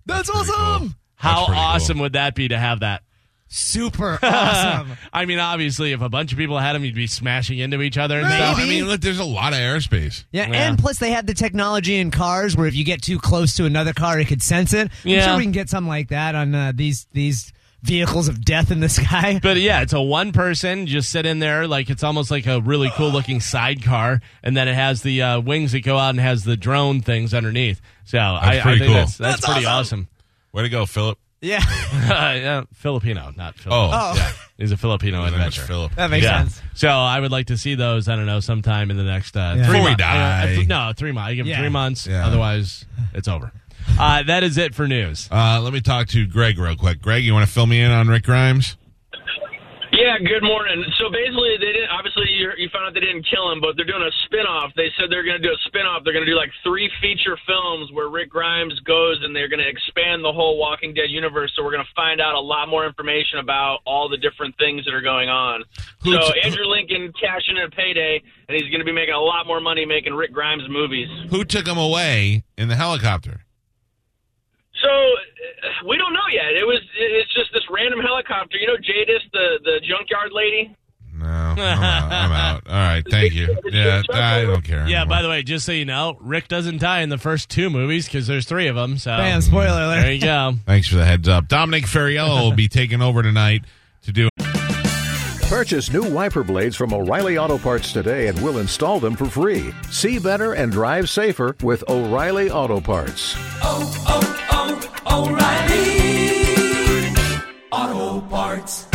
[SPEAKER 2] That's,
[SPEAKER 1] awesome.
[SPEAKER 3] How
[SPEAKER 1] pretty cool.
[SPEAKER 3] awesome would that be to have that?
[SPEAKER 2] Super awesome.
[SPEAKER 3] I mean, obviously, if a bunch of people had them, you'd be smashing into each other and
[SPEAKER 1] So,
[SPEAKER 3] stuff.
[SPEAKER 1] I mean, look, there's a lot of airspace.
[SPEAKER 2] Yeah,
[SPEAKER 3] Yeah.
[SPEAKER 2] and plus they had the technology in cars where if you get too close to another car, it could sense it. I'm
[SPEAKER 3] Yeah.
[SPEAKER 2] sure we can get something like that on uh, these these vehicles of death in the sky.
[SPEAKER 3] But yeah, it's a one person just sit in there like it's almost like a really cool looking sidecar, and then it has the uh, wings that go out and has the drone things underneath. So I, I
[SPEAKER 1] pretty
[SPEAKER 3] think
[SPEAKER 1] cool.
[SPEAKER 3] that's, that's, pretty awesome.
[SPEAKER 1] Way to go, Philip.
[SPEAKER 2] yeah,
[SPEAKER 3] yeah, Filipino, not
[SPEAKER 1] Oh,
[SPEAKER 3] Filipino. He's a Filipino
[SPEAKER 1] His name is
[SPEAKER 3] inventor.
[SPEAKER 1] Philip.
[SPEAKER 2] that makes
[SPEAKER 3] yeah.
[SPEAKER 2] sense.
[SPEAKER 3] So I would like to see those. I don't know, sometime in the next uh,
[SPEAKER 2] Yeah.
[SPEAKER 3] three
[SPEAKER 1] Before we
[SPEAKER 3] months.
[SPEAKER 1] die.
[SPEAKER 3] no, three months. I give him
[SPEAKER 2] Yeah.
[SPEAKER 3] three months.
[SPEAKER 1] Yeah.
[SPEAKER 3] Otherwise, it's over. Uh, that is it for news.
[SPEAKER 1] Uh, let me talk to Greg real quick. Greg, you want to fill me in on Rick Grimes?
[SPEAKER 11] Yeah, good morning. So basically, they didn't. Obviously, you, you found out they didn't kill him, but they're doing a spin-off. They said they're going to do a spin-off. They're going to do like three feature films where Rick Grimes goes, and they're going to expand the whole Walking Dead universe. So we're going to find out a lot more information about all the different things that are going on.
[SPEAKER 1] Who's-
[SPEAKER 11] so Andrew Lincoln cashing in a payday, and he's going to be making a lot more money making Rick Grimes movies.
[SPEAKER 1] Who took him away in the helicopter?
[SPEAKER 11] So uh, we don't know yet. It was. It's just this random helicopter. You know, Jadis, the the junkyard lady.
[SPEAKER 1] No, I'm out. I'm out. All right, thank you. Yeah, I don't care.
[SPEAKER 3] Yeah,
[SPEAKER 1] anymore.
[SPEAKER 3] by the way, just so you know, Rick doesn't die in the first two movies because there's three of them. So
[SPEAKER 2] Bam! Spoiler alert.
[SPEAKER 3] there you go.
[SPEAKER 1] Thanks for the heads up. Dominic Ferriello will be taking over tonight to do
[SPEAKER 6] Purchase new wiper blades from O'Reilly Auto Parts today and we'll install them for free. See better and drive safer with O'Reilly Auto Parts.
[SPEAKER 8] Oh, oh, oh, O'Reilly. Auto parts.